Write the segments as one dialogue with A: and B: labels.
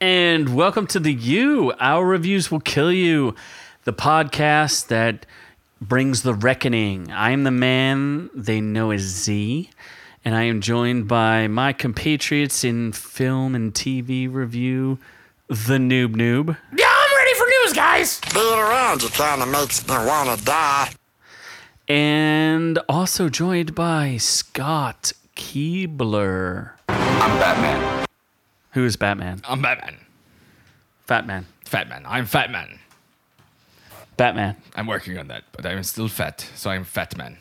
A: And welcome to the You. Our reviews will kill you, the podcast that brings the reckoning. I am the man they know as Z, and I am joined by my compatriots in film and TV review, the Noob Noob.
B: Yeah, I'm ready for news, guys.
C: Being around you kind of makes me want to die.
A: and also joined by Scott Keebler.
B: I'm Batman.
A: Who is Batman?
B: I'm Batman.
A: Fat Man.
B: Fat man. I'm fat man.
A: Batman.
B: I'm working on that, but I'm still fat, so I'm fat man.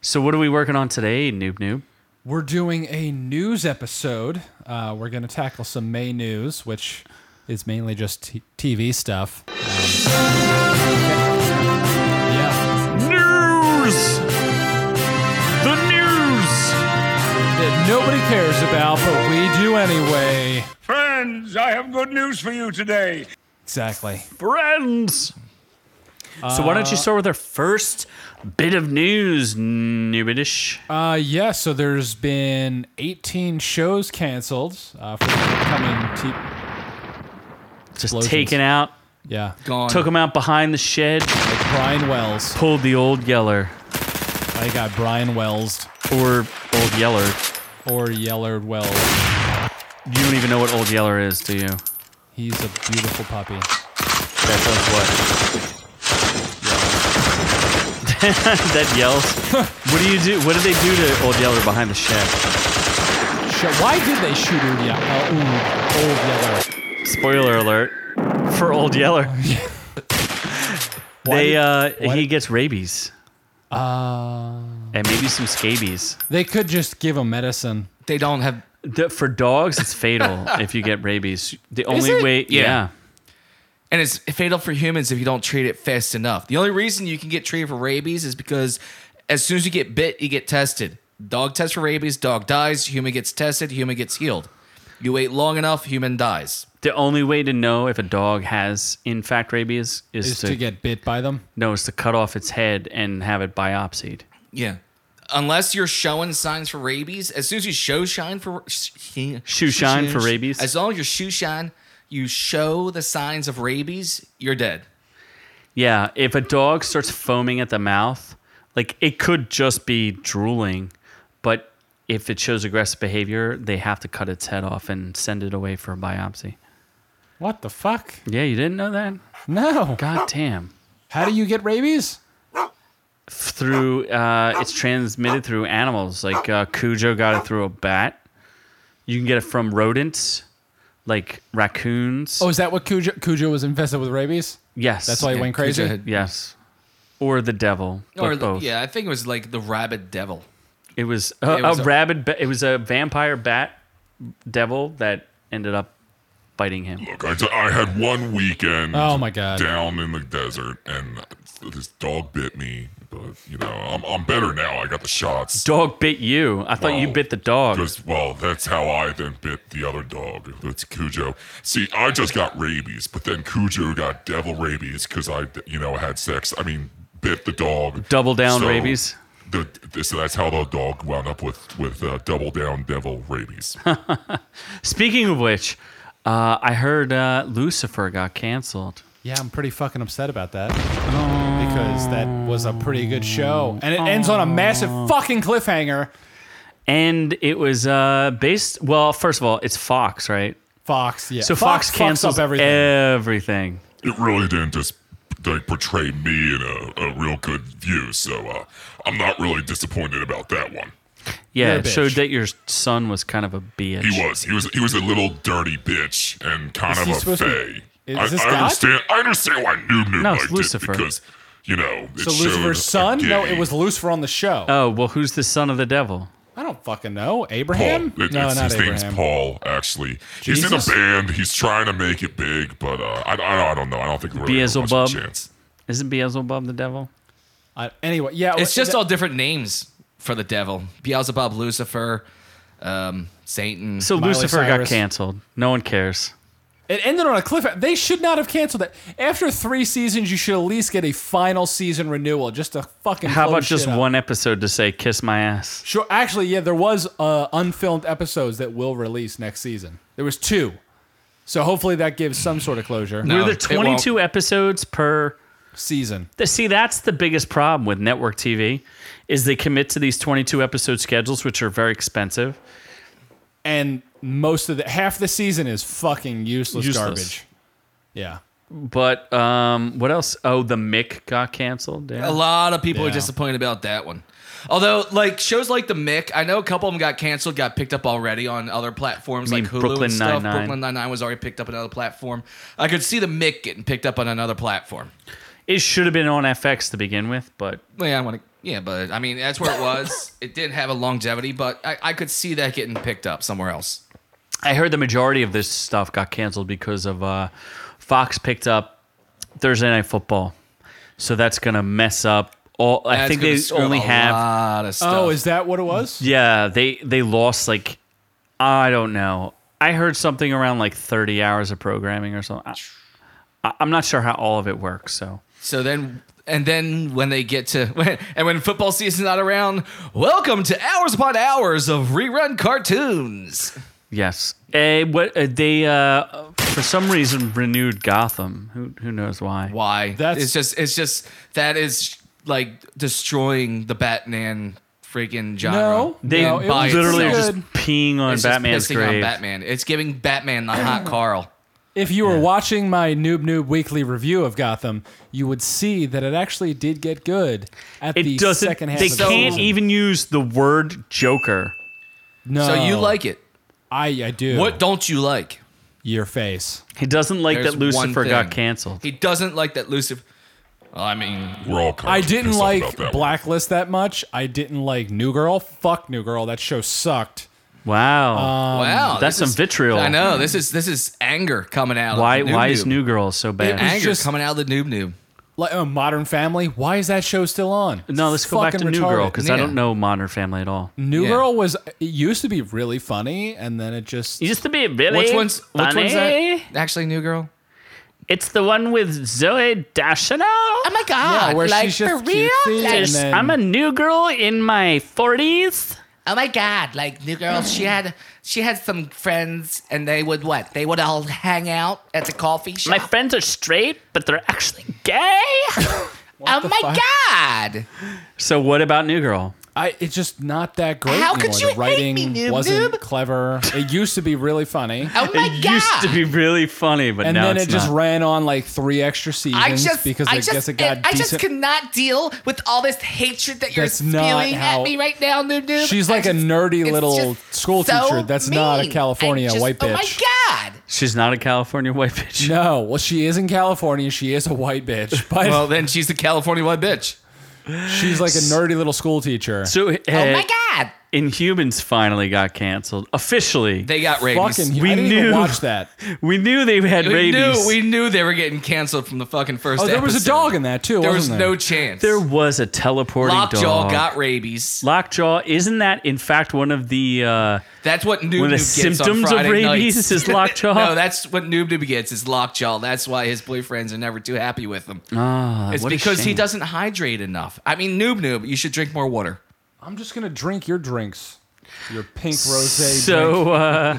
A: So, what are we working on today, Noob Noob?
D: We're doing a news episode. Uh, we're going to tackle some May news, which is mainly just t- TV stuff. Um, yeah.
A: News! The news!
D: That nobody cares about, but we do anyway.
E: Friends, I have good news for you today.
D: Exactly.
A: Friends! Uh, so, why don't you start with our first bit of news, Noobidish?
D: Uh, yeah, so there's been 18 shows canceled uh, for the upcoming. T-
A: Just
D: explosions.
A: taken out,
D: yeah.
B: Gone.
A: took him out behind the shed,
D: Like Brian Wells.
A: pulled the old Yeller,
D: I got Brian Wells
A: or old Yeller.
D: or Yellard Wells.
A: You don't even know what old Yeller is, do you?
D: He's a beautiful puppy.
A: That does what? that yells. what do you do? What did they do to Old Yeller behind the shed?
D: Sh- Why did they shoot Old Yeller? Uh, ooh, Old Yeller.
A: Spoiler alert for Old Yeller. they
D: did-
A: uh,
D: why
A: he
D: did-
A: gets rabies
D: Uh,
A: and maybe some scabies.
D: they could just give him medicine.
B: They don't have.
A: The- for dogs, it's fatal if you get rabies. The only
B: it?
A: way,
B: Yeah.
A: yeah.
B: And it's fatal for humans if you don't treat it fast enough. The only reason you can get treated for rabies is because as soon as you get bit, you get tested. Dog tests for rabies, dog dies, human gets tested, human gets healed. You wait long enough, human dies.
A: The only way to know if a dog has in fact rabies is,
D: Is
A: to,
D: to get bit by them.
A: no, is to cut off its head and have it biopsied.
B: Yeah. Unless you're showing signs for rabies, as soon as you show shine for shoe
A: Shoe shine for rabies?
B: as long as you're shoe shine, you show the signs of rabies, you're dead.
A: Yeah, if a dog starts foaming at the mouth, like it could just be drooling, but if it shows aggressive behavior, they have to cut its head off and send it away for a biopsy.
D: What the fuck?
A: Yeah, you didn't know that?
D: No.
A: God damn.
D: How do you get rabies?
A: Through uh, it's transmitted through animals. Like uh, Cujo got it through a bat. You can get it from rodents, like raccoons.
D: Oh, is that what Cujo, Cujo was infested with rabies?
A: yes,
D: That's why he went crazy.
B: Cujo had-
A: Yes, or the devil, but
B: Or the,
A: both.
B: yeah, I think it was like the rabid devil.
A: It was a,
B: It was
A: a
B: a-
A: rabid. Ba- it was a vampire bat devil that ended up biting him.
F: Look, I, t- I had one weekend.
D: Oh my God.
F: Down in the desert, and this dog bit me. But you know, I'm, I'm better now. I got the shots.
A: Dog bit you. I thought you
F: Wow.
A: bit the dog.
F: Because well, that's how I then bit the other dog. That's Cujo. See, I just got rabies, but then Cujo got devil rabies because I, you know, had sex. I mean, bit the dog.
A: Double down rabies?
F: The, the- so that's how the dog wound up with with uh, double down devil rabies.
A: Speaking of which, uh, I heard uh, Lucifer got canceled.
D: Yeah, I'm pretty fucking upset about that.
F: Oh.
D: Because that was a pretty good show. And it ends on a massive
F: Oh.
D: fucking cliffhanger.
A: And it was uh, based. Well, first of all, it's Fox, right?
D: Fox, yeah.
A: So Fox,
D: fucks
A: cancels
D: up everything.
A: everything.
F: it really didn't just like portray me in a, a real good view so uh, i'm not really disappointed about that one
A: Yeah,
D: You're a
A: it showed
D: bitch.
A: that your son was kind of a bitch.
F: he was he was he was a little dirty bitch and kind
D: he
F: of a
D: supposed to be-
F: fay
D: is
F: I,
D: this
F: I
D: God?
F: understand i understand why noob noob
A: No, it's
F: liked
A: Lucifer.
F: it because you know it
D: so
F: showed
D: Lucifer's
F: a
D: son? No,
F: gay-
D: it was Lucifer on the show.
F: Uh,
A: Oh well, who's the son of the devil?
D: I don't fucking know.
F: Paul.
D: Abraham?
F: It- it's,
D: no, not
F: his name's
D: Abraham.
F: Paul. Actually,
D: Jesus?
F: he's in a band. He's trying to make it big, but uh, I, I, I don't know. I don't think really have much of a
A: Beelzebub.
F: chance.
A: Isn't Beelzebub the devil?
D: Uh, anyway, yeah.
B: It's just
D: that-
B: all different names for the devil. Beelzebub, Lucifer, um, Satan.
A: So
D: Miley
A: Lucifer got
D: Cyrus.
A: canceled. No one cares.
D: It ended on a cliffhanger. They should not have canceled that. After three seasons, you should at least get a final season renewal, just to fucking.
A: How
D: close
A: about just
D: shit up.
A: one episode to say "kiss my ass"?
D: Sure. Actually, yeah, there was uh, unfilmed episodes that will release next season. There was two, So hopefully that gives some sort of closure.
A: Were
B: No,
A: there
B: it won't.
A: 22 episodes per
D: Season.
A: Th- See, that's the biggest problem with network TV is they commit to these 22 episode schedules which are very expensive.
D: And most of the half the season is fucking useless,
A: Useless.
D: garbage. Yeah.
A: But um what else? Oh, the Mick got canceled. Yeah.
B: A lot of people are
D: Yeah.
B: disappointed about that one. Although, like shows like The Mick, I know a couple of them got canceled, got picked up already on other platforms
A: You
B: like
A: mean
B: Hulu
A: Brooklyn
B: and stuff.
A: Nine-Nine?
B: Brooklyn Nine Nine was already picked up on another platform. I could see The Mick getting picked up on another platform.
A: It should have been on FX to begin with, but
B: Well, Yeah, I want to. Yeah, but I mean that's where it was. it didn't have a longevity, but I, I could see that getting picked up somewhere else.
A: I heard the majority of this stuff got canceled because of uh Fox picked up Thursday night football. So that's going to mess up all I
B: That's
A: think
B: gonna
A: they
B: screw up
A: only
B: a
A: have
B: lot of stuff.
D: Oh, is that what it was?
A: Yeah, they they lost like I don't know. I heard something around like 30 hours of programming or something. I, I- I'm not sure how all of it works. So
B: So then, and then when they get to, when, and when football season's not around, welcome to hours upon hours of rerun cartoons.
A: yes, Eh, what eh, they uh, for some reason renewed Gotham. Who who knows why?
B: Why?
D: That's-
B: it's just, it's just that is like destroying the Batman freaking genre.
D: No.
A: They
D: No, it was
A: literally are
D: good.
A: just peeing on
B: It's just
A: Batman's
B: pissing
A: grave.
B: on Batman. It's giving Batman the
D: Oh.
B: hot Carl.
D: If you were watching my Noob Noob weekly review of Gotham, you would see that it actually did get good at
A: It
D: the
A: doesn't.
D: second half
A: they
D: of the
A: can't
D: season.
A: even use the word Joker.
D: No.
B: So you like it?
D: I I do.
B: What don't you like?
D: your face.
A: He doesn't like
B: There's
A: that
B: one
A: Lucifer
B: thing.
A: got canceled.
B: He doesn't like that Lucifer. I mean,
F: We're all kind
D: I
F: of
D: didn't
F: pissed off about
D: like
F: that one.
D: Blacklist that much. I didn't like New Girl. Fuck New Girl. That show sucked. Uh,
A: wow.
B: wow,
A: Um, that's
B: this
A: some
B: is-
A: vitriol.
B: I know this is this is anger coming out.
A: why
B: of the Noob
A: why is
B: Noob.
A: New Girl so bad?
D: was-
B: anger
D: just-
B: coming out of the noob noob?
D: Like uh, Modern Family. Why is that show still on?
A: No, let's go back to
D: Fucking
A: New Girl
D: retarded.
A: because I
B: Yeah.
A: don't know Modern Family at all.
D: New
B: Yeah.
D: Girl was it used to be really funny, and then it just
A: Used to be really
B: Which one's
A: funny.
B: which one's that? Actually, new girl.
A: It's the one with Zoe Deschanel. I'm
B: Oh my god!
D: yeah, where she's just cutesy, and then
A: I'm a new girl in my 40s.
B: Oh my god! Like new girl, she had she had some friends, and they would what? They would all hang out at the coffee shop.
A: My friends are straight, but they're actually gay.
B: oh my god!
A: so what about New Girl?
B: Oh
D: I, it's just not that great
B: How
D: anymore.
B: could you
D: the
B: hate
D: writing
B: me, noob
D: wasn't
B: noob?
D: clever. It used to be really funny.
B: Oh my
A: it
B: god!
A: used to be really funny, but
D: And
A: now
D: then
A: it's
D: it just
A: not.
D: ran on like three extra seasons
B: I just
D: because I,
B: I just
D: guess it got
B: I
D: decent.
B: just cannot deal with all this hatred that you're
D: That's not
B: spewing
D: how-
B: at me right now, noob noob.
D: She's
B: I
D: like a
B: just-
D: nerdy
B: it's
D: little
B: just
D: school
B: so
D: teacher. That's not a
B: mean.
D: California
B: I just-
D: white
B: Oh
D: bitch.
B: my god!
A: She's not a California white bitch.
D: No, well, she is in California. She is a white bitch, but
B: Well, then she's the California white bitch.
D: she's like a nerdy little school teacher.
A: So uh,
B: Oh my god!
A: Inhumans finally got canceled officially.
B: They got rabies.
D: Fucking,
A: We
D: we I didn't
A: knew.
D: even watch that.
A: we knew they had
B: we
A: rabies.
B: knew we knew they were getting canceled from the fucking first.
D: Oh, there was a
B: episode.
D: dog in that too.
B: There was
D: wasn't
B: no chance.
A: there was a teleporting
B: Lockjaw
A: dog.
B: got rabies.
A: Lockjaw, isn't that in fact one of the uh,
B: That's what Noob
A: One of the
B: Noob gets on
A: symptoms of
B: Friday
A: rabies
B: nights.
A: is lockjaw?
B: no, that's what Noob Noob gets is lockjaw. That's why his boyfriends are never too happy with him. it's
A: Ah, what a
B: because he
A: shame.
B: doesn't hydrate enough. I mean, Noob Noob, you should drink more water.
D: I'm just gonna drink your drinks, your pink rose. drink.
A: So uh,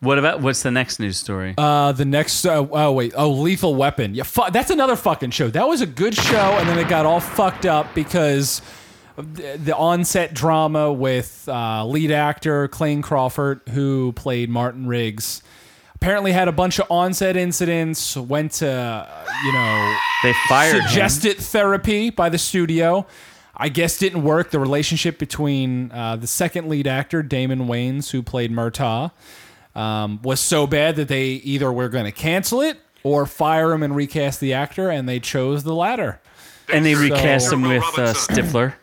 A: what about what's the next news story?
D: Uh, the next. Uh, oh wait. Oh, Lethal Weapon. Yeah, fu- that's another fucking show. That was a good show, and then it got all fucked up because of the, the onset drama with uh, lead actor Clayne Crawford, who played Martin Riggs. Apparently had a bunch of onset incidents. Went to uh, you know
A: they fired him.
D: suggested therapy by the studio. I guess didn't work. The relationship between uh, the second lead actor Damon Wayans, who played Murtaugh, um, was so bad that they either were going to cancel it or fire him and recast the actor, and they chose the latter.
A: and they recast him with uh,
F: Robinson.
A: Stifler.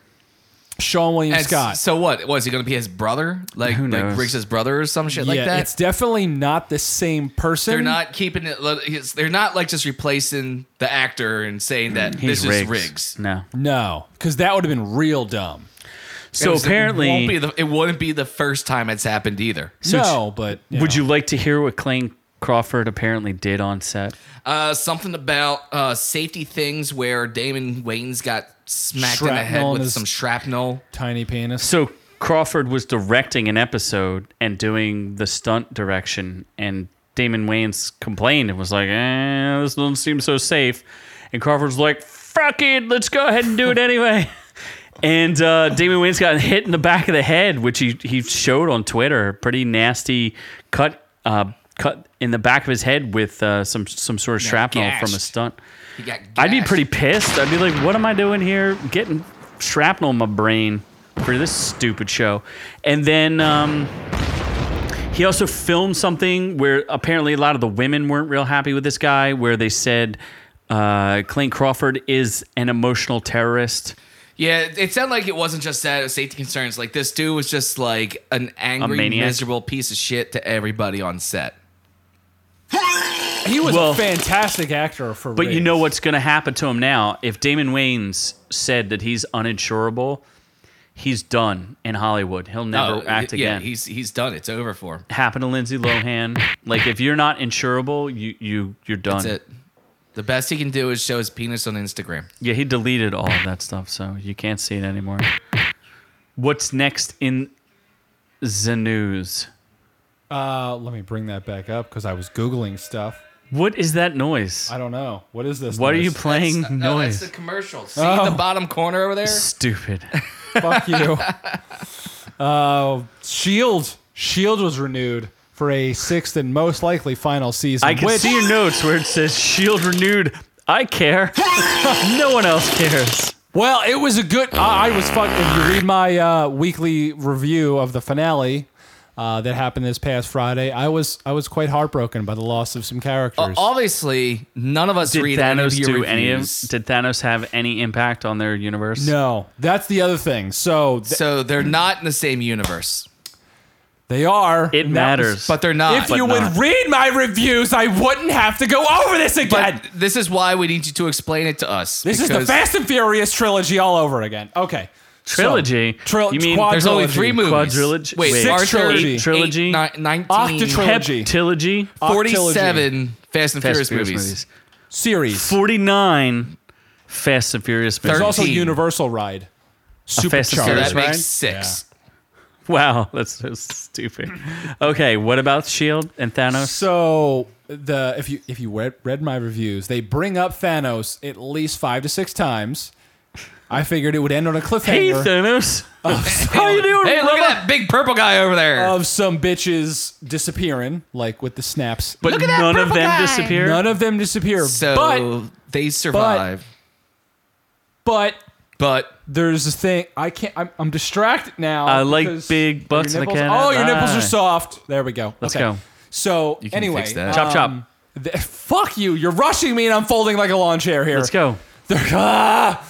D: Sean William
B: And
D: Scott.
B: So what? Was he going to be his brother? Like,
A: Who knows?
B: like Riggs' brother or some shit like
D: yeah,
B: that?
D: it's definitely not the same person.
B: They're not keeping it. it's- They're not like just replacing the actor and saying that
A: Mm, He's Riggs.
B: this is Riggs.
A: No.
D: No, because that would have been real dumb.
A: So apparently,
B: it won't be the, it wouldn't be the first time it's happened either.
D: no, but
A: would
D: know.
A: you like to hear what Clayne Crawford apparently did on set?
B: Uh, something about uh, safety things where Damon Wayans got smacked in the
D: Shrapnel
B: head
D: in
B: with
D: his-
B: some shrapnel.
D: tiny penis?
A: So Crawford was directing an episode and doing the stunt direction, and Damon Wayans complained and was like, eh, this doesn't seem so safe. And Crawford's like, fuck it, let's go ahead and do it anyway. and uh, Damon Wayans got hit in the back of the head, which he, he showed on Twitter. Pretty nasty cut uh, cut in the back of his head with uh, some some sort of shrapnel from a
B: gashed.
A: stunt.
B: He got
A: I'd be
B: gassed.
A: pretty pissed. I'd be like, what am I doing here? Getting shrapnel in my brain for this stupid show. And then um, he also filmed something where apparently a lot of the women weren't real happy with this guy, where they said uh, Clayne Crawford is an emotional terrorist.
B: Yeah, it sounded like it wasn't just that it was safety concerns. Like this dude was just like an angry,
A: maniac.
B: miserable piece of shit to everybody on set.
D: He was
A: Well-
D: a fantastic actor for.
A: But you know
D: Riggs.
A: what's going to happen to him now? If Damon Wayans said that he's uninsurable, he's done in Hollywood. He'll never
B: Oh,
A: act
B: yeah,
A: again.
B: he's he's done. It's over for him.
A: happened to Lindsay Lohan. Like if you're not insurable, you you you're done.
B: That's it. The best he can do is show his penis on Instagram.
A: Yeah, he deleted all of that stuff, so you can't see it anymore. What's next in the news?
D: Uh, let me bring that back up because I was googling stuff.
A: What is that noise?
D: I don't know what is this.
A: What are you
D: noise?
A: playing?
B: That's- no,
A: noise.
B: that's the commercial. See the bottom corner over there?
A: Stupid.
D: Fuck you. Uh, Shield. Shield E was renewed for a sixth and most likely final season.
A: I can
D: which,
A: see your notes where it says "Shield renewed." I care. no one else cares.
D: Well, it was a good. I, I was fucking. If you read my uh, weekly review of the finale. Uh, that happened this past Friday. I was I was quite heartbroken by the loss of some characters.
A: Uh,
B: Obviously, none of us
A: Did
B: read
A: Thanos
B: any of your
A: do any of?
B: reviews.
A: Did Thanos have any impact on their universe?
D: no, that's the other thing. So th-
B: So they're not in the same universe.
D: They are.
A: It
D: And that was-
A: matters.
B: But they're not.
D: if you would
A: not.
D: read my reviews, I wouldn't have to go over this again.
B: but this is why we need you to explain it to us.
D: this is the
B: because
D: Fast and Furious trilogy all over again. Okay.
A: Trilogy?
D: So, tril-
A: You mean-
D: quad
B: There's only
D: trilogy.
B: three movies.
A: Quadrilogy-
B: Wait,
A: Wait,
D: Six
B: Arthur,
D: trilogy.
B: eight-
A: Trilogy.
B: eight, ni- 19,
D: Octotrilogy.
A: Heptilogy.
B: 47 Fast
A: Fast
B: and
A: and
B: Furious
A: Furious
B: movies.
A: movies.
D: Series.
A: Forty nine. Fast and Furious movies.
D: There's also
B: 13.
D: Universal Ride.
A: Fast and
B: So
A: Furious
D: Supercharged.
B: that
A: Right?
B: makes six.
A: Wow, that's so stupid. Okay, what about Shield E and Thanos?
D: So the if you if you read, read my reviews, they bring up Thanos at least five to six times. I figured it would end on a
A: Hey,
D: cliffhanger
A: Thanos. How you doing,
B: Oh, Hey, look
A: brother?
B: at that big purple guy over there.
D: of some bitches disappearing, like with the snaps.
A: But
B: Look at that
A: none of
B: purple
A: them
B: guy.
A: disappear.
D: none of them disappear.
B: so
D: but
B: they survive.
D: but
B: But,
D: there's a thing I can't. I'm, I'm distracted now.
A: I like
D: because
A: big butts
D: your
A: in a
D: nipples-
A: can
D: Oh,
A: of
D: your nipples
A: pie.
D: are soft. There we go.
A: Let's
D: Okay.
A: go.
D: So
B: can
D: anyway, um,
B: fix that.
A: Chop, chop.
D: th- fuck you. You're rushing me, and I'm folding like a lawn chair here.
A: Let's go.
D: They're ah,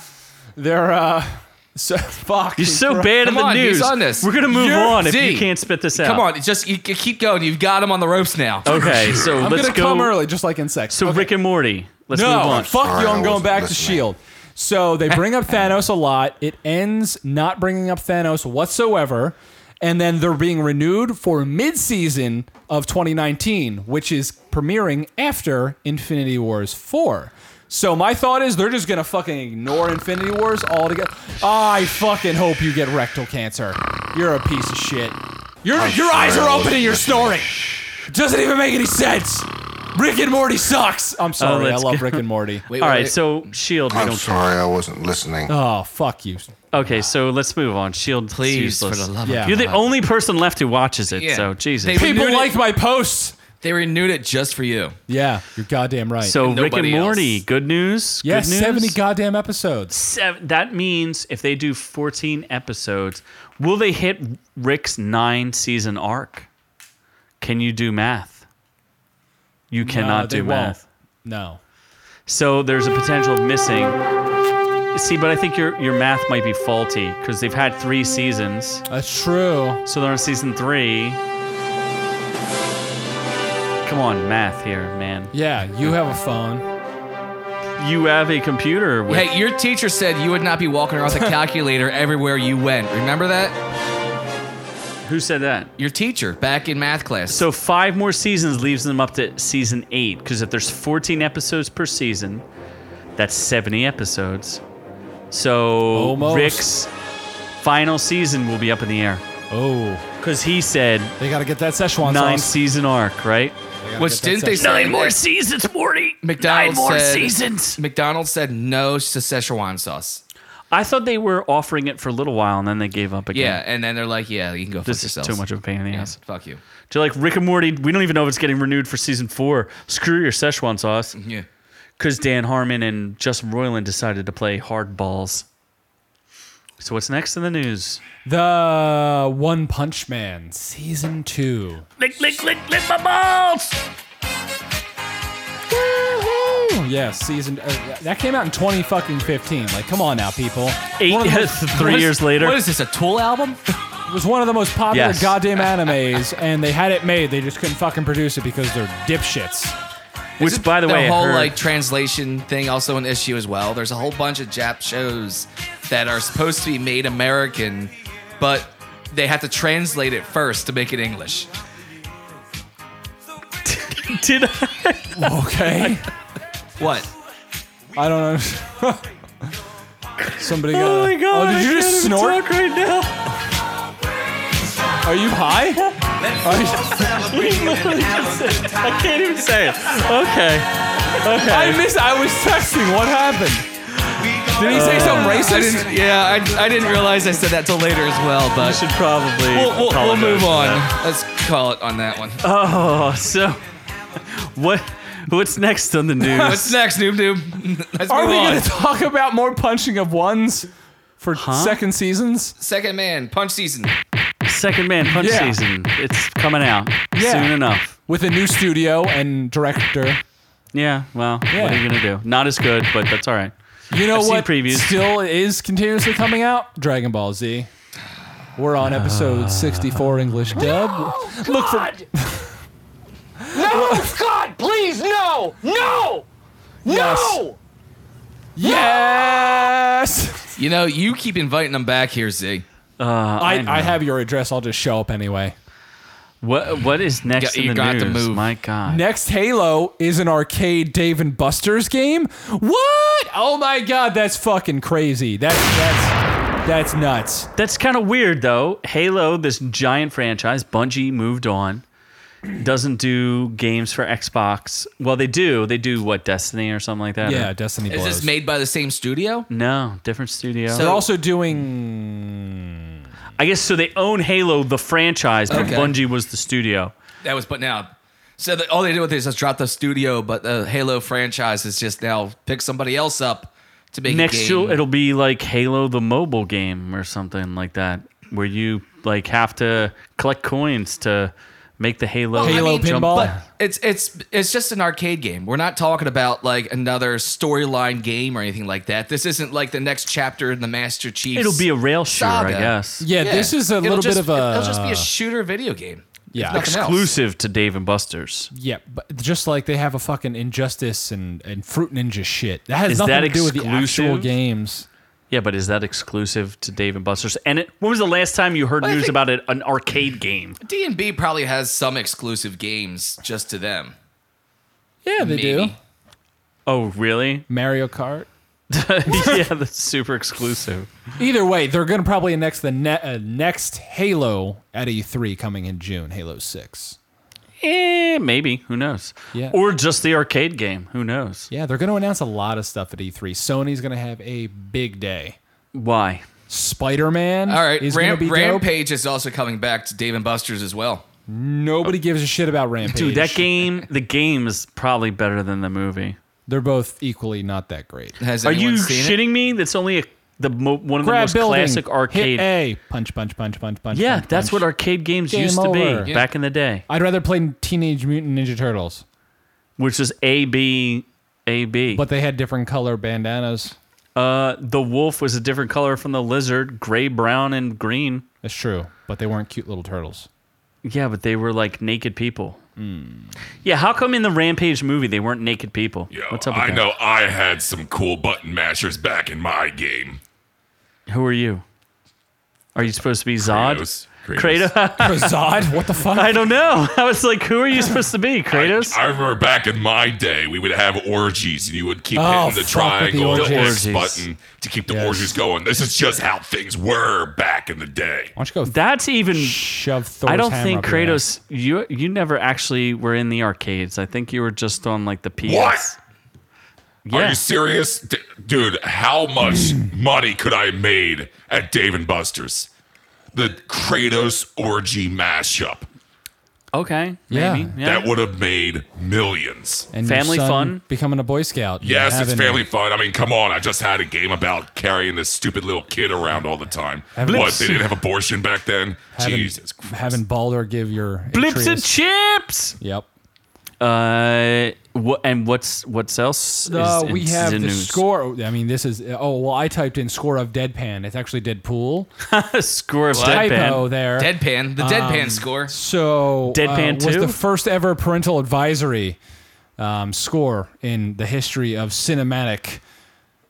D: they're uh, so fuck.
A: You're so bad at
B: Come
A: the
B: on, he's
A: news.
B: on this.
A: We're gonna move
B: You're-
A: on if you
B: Z.
A: can't spit this out.
B: come on, just you, you keep going. You've got him on the ropes now.
A: Okay, so
D: I'm
A: let's
D: gonna
A: go.
D: come early, just like in sex.
A: So
D: Okay.
A: Rick and Morty. Let's
D: no,
A: move on.
D: fuck
C: Sorry,
D: you.
C: I
D: I'm going
C: wasn't
D: back to
C: listening.
D: Shield. E So they bring up Thanos a lot. It ends not bringing up Thanos whatsoever, and then they're being renewed for mid-season of 2019, which is premiering after Infinity Wars 4. So my thought is they're just gonna fucking ignore Infinity Wars altogether. I fucking hope you get rectal cancer. You're a piece of shit. Your your eyes are open and you're snoring. Doesn't even make any sense. Rick and Morty sucks.
A: Oh,
D: I'm sorry. I
A: let's
D: love
A: go.
D: Rick and Morty.
B: Wait,
A: All
B: wait,
A: right,
B: wait.
A: so Shield. E We
C: I'm
A: don't care.
C: sorry I wasn't listening.
D: Oh fuck you.
A: Okay, so let's move on. Shield,
B: please, for
A: useless.
B: the love
D: Yeah.
B: of
A: You're the
B: God.
A: only person left who watches it.
B: Yeah.
A: So Jesus.
B: They-
D: People
B: renewed it.
D: like my posts.
B: They renewed it just for you.
D: Yeah, you're goddamn right.
A: so
B: and
A: Rick and
B: nobody
A: Morty.
B: else.
A: Good news.
D: yeah,
A: good news?
D: seventy goddamn episodes.
A: seven, that means if they do 14 episodes, will they hit Rick's nine season arc? Can you do math? You cannot
D: No, they
A: do math.
D: won't. No.
A: So there's a potential of missing. See, but I think your your math might be faulty because they've had three seasons.
D: That's true.
A: So they're on season three. Come on, math here, man.
D: Yeah, you have a phone.
A: You have a computer with
B: Hey, your teacher said you would not be walking around with a calculator everywhere you went. Remember that?
A: who said that?
B: Your teacher back in math class.
A: So five more seasons leaves them up to season eight. Because if there's 14 episodes per season, that's 70 episodes. So
D: Almost.
A: Rick's final season will be up in the air.
D: Oh,
A: because he said
D: they got to get that Szechuan
A: nine
D: sauce.
A: season arc, right?
B: Which didn't they say?
A: Nine more seasons, Morty.
B: McDonald's
A: Nine more
B: said-
A: seasons.
B: McDonald's said no to Szechuan sauce.
A: I thought they were offering it for a little while and then they gave up again.
B: Yeah, and then they're like, yeah, you can go fuck
A: Mm-hmm. This is
B: yourselves.
A: too much of a pain in the
B: Yeah,
A: ass.
B: fuck you.
A: Do you like Rick and Morty? We don't even know if it's getting renewed for season four. Screw your Szechuan sauce.
B: Yeah.
A: Because Dan Harmon and Justin Roiland decided to play hardballs. So what's next in the news?
D: The One Punch Man season two.
A: Lick, lick, lick, lick my balls!
D: Oh, yeah, season uh, that came out in twenty fucking fifteen. Like, come on now, people.
A: Eight,
D: One of the-
A: three
B: What is-
A: years later.
B: What is this, a Tool album?
D: It was one of the most popular
A: Yes.
D: goddamn animes, and they had it made. They just couldn't fucking produce it because they're dipshits.
A: Which,
B: Isn't
A: by the, way, I
B: whole
A: heard-
B: like translation thing also an issue as well. There's a whole bunch of Jap shows that are supposed to be made American, but they have to translate it first to make it English.
A: did
D: Okay,
B: What?
D: I don't know. Somebody got.
A: oh my god!
D: Oh, did you
A: I
D: just
A: can't even
D: snort?
A: talk right now.
D: Are you high? Are you-
A: I can't even say it. Okay,
D: I missed. I was texting. What happened? Did he say
A: Uh,
D: something
B: I
D: racist?
B: didn't, yeah, I, I didn't realize I said that till later as well,
A: I
B: but
A: should probably.
B: we'll, we'll, we'll
A: apologize
B: move
A: for
B: on.
A: that.
B: Let's call it on that one.
A: Oh, so what? What's next on the news?
B: What's next, Noob Noob? Let's
D: Are
B: move
D: we
B: on.
D: going to talk about more punching of ones for second seasons?
B: Second man, punch season.
A: Second Man Punch
D: Yeah.
A: season. It's coming out
D: Yeah.
A: soon enough.
D: with a new studio and director.
A: Yeah. Well,
D: Yeah.
A: what are you gonna do? Not as good, but that's all right.
D: You know
A: I've seen
D: what?
A: previews.
D: Still is continuously coming out. Dragon Ball Z. We're on episode 64 English dub. Look for
G: God, please, no! No!
D: yes. Yes.
B: You know, you keep inviting them back here, Z.
D: I,
A: know.
D: I have your address. I'll just show up anyway.
A: What What is next
B: Yeah, you
A: in the
B: got
A: news?
B: to move.
A: My God.
D: Next Halo is an arcade Dave and Buster's game. What? Oh my god, that's fucking crazy. That's that's that's nuts.
A: That's kind of weird, though. Halo, this giant franchise, Bungie moved on. Doesn't do games for Xbox. Well, they do. They do what Destiny or something like that. or-
D: Yeah, Destiny
B: Is
D: blows.
B: this made by the same studio?
A: no, different studio.
D: They're also doing
A: I guess so. They own Halo, the franchise, but
B: Okay.
A: Bungie was the studio.
B: That was putting out. So the, all they did with it is just drop the studio, but the Halo franchise is just now pick somebody else up to make a
A: Next
B: game.
A: year, it'll be like Halo, the mobile game, or something like that, where you like have to collect coins to make the Halo.
D: Halo
B: mean,
A: jump
D: pinball.
A: button.
B: it's it's it's just an arcade game. We're not talking about like another storyline game or anything like that. This isn't like the next chapter in the Master Chief.
A: It'll be a rail shooter, I
B: Saga.
A: guess.
D: Yeah, this is a
B: It'll
D: little
B: just-
D: bit of a
B: It'll just be a shooter video game.
D: yeah,
B: nothing else.
A: Exclusive to Dave and Buster's.
D: yeah, but just like they have a fucking injustice and and fruit ninja shit. That has
A: Is
D: nothing
A: that
D: to do with the actual
A: exclusive?
D: games.
A: Yeah, but is that exclusive to Dave and Buster's? And it, when was the last time you heard
B: I
A: news
B: think-
A: about it, an arcade game?
B: D and B probably has some exclusive games just to them.
D: Yeah, they
B: Maybe.
D: do.
A: Oh, really?
D: Mario Kart.
A: yeah, that's super exclusive.
D: Either way, they're gonna probably annex the ne- uh, next Halo at E3 coming in June. Halo Six.
A: Eh, maybe. Who knows?
D: Yeah.
A: Or just the arcade game. Who knows?
D: Yeah, they're gonna announce a lot of stuff at E3. Sony's gonna have a big day.
A: Why?
D: Spider Man.
B: All right,
D: is
B: Ram-
D: gonna be dope.
B: Rampage is also coming back to Dave and Buster's as well.
D: Nobody gives a shit about Rampage.
A: Dude, that game, the game is probably better than the movie.
D: They're both equally not that great.
B: Has
A: Are
B: anyone
A: you
B: seen it?
A: shitting me? That's only a, the mo- one of the
D: Grab
A: most
D: building.
A: classic arcade.
D: Hit a punch, punch, punch, punch, punch.
A: yeah,
D: punch,
A: that's
D: punch.
A: what arcade games
D: Game
A: used to
D: over.
A: be
D: Yeah.
A: back in the day,
D: I'd rather play Teenage Mutant Ninja Turtles,
A: which was A B A B.
D: but they had different color bandanas.
A: Uh, the wolf was a different color from the lizard, gray, brown, and green.
D: That's true, but they weren't cute little turtles.
A: Yeah, but they were like naked people. Yeah, how come in the Rampage movie they weren't naked people?
F: Hmm. Yo,
A: What's up with
F: I
A: that?
F: know I had some cool button mashers back in my game.
A: Who are you? Are you supposed to be Zod?
F: Kratos.
A: Kratos.
D: Razad? What the fuck?
A: I don't know. I was like, who are you supposed to be, Kratos?
F: I remember back in my day, we would have orgies, and you would keep
D: Oh,
F: hitting the
D: fuck with the
F: triangle, the
A: orgies.
F: X button to keep the orgies going. This is just how things were back in the day.
D: Why don't you go
A: That's even.
D: shove Thor's
A: I don't
D: hammer
A: think
D: up your
A: Kratos.
D: ass?
A: You you never actually were in the arcades. I think you were just on like the PS.
F: What? Are
A: Yeah.
F: you serious, D- dude? How much money could I have made at Dave and Buster's? The Kratos orgy mashup
A: Okay.
D: Yeah.
A: Maybe. Yeah.
F: that would have made millions.
D: And your
A: Family
D: son
A: fun?
D: Becoming a Boy Scout.
F: Yes, it's
D: Having-
F: family fun. I mean, come on. I just had a game about carrying this stupid little kid around all the time. What? They didn't have abortion back then?
D: having-
F: Jesus Christ.
D: Having Balder give your
A: Blips and
D: Atreus-
A: chips.
D: Yep.
A: Uh, what and what's what's else? is
D: Uh,
A: in
D: we have the
A: news?
D: score. I mean, this is. Oh well, I typed in score of deadpan. It's actually Deadpool.
A: score of
D: Typo
A: deadpan.
D: there.
B: Deadpan, the deadpan score.
D: Um, so
A: Deadpan
D: uh, was
A: too?
D: the first ever parental advisory um, score in the history of cinematic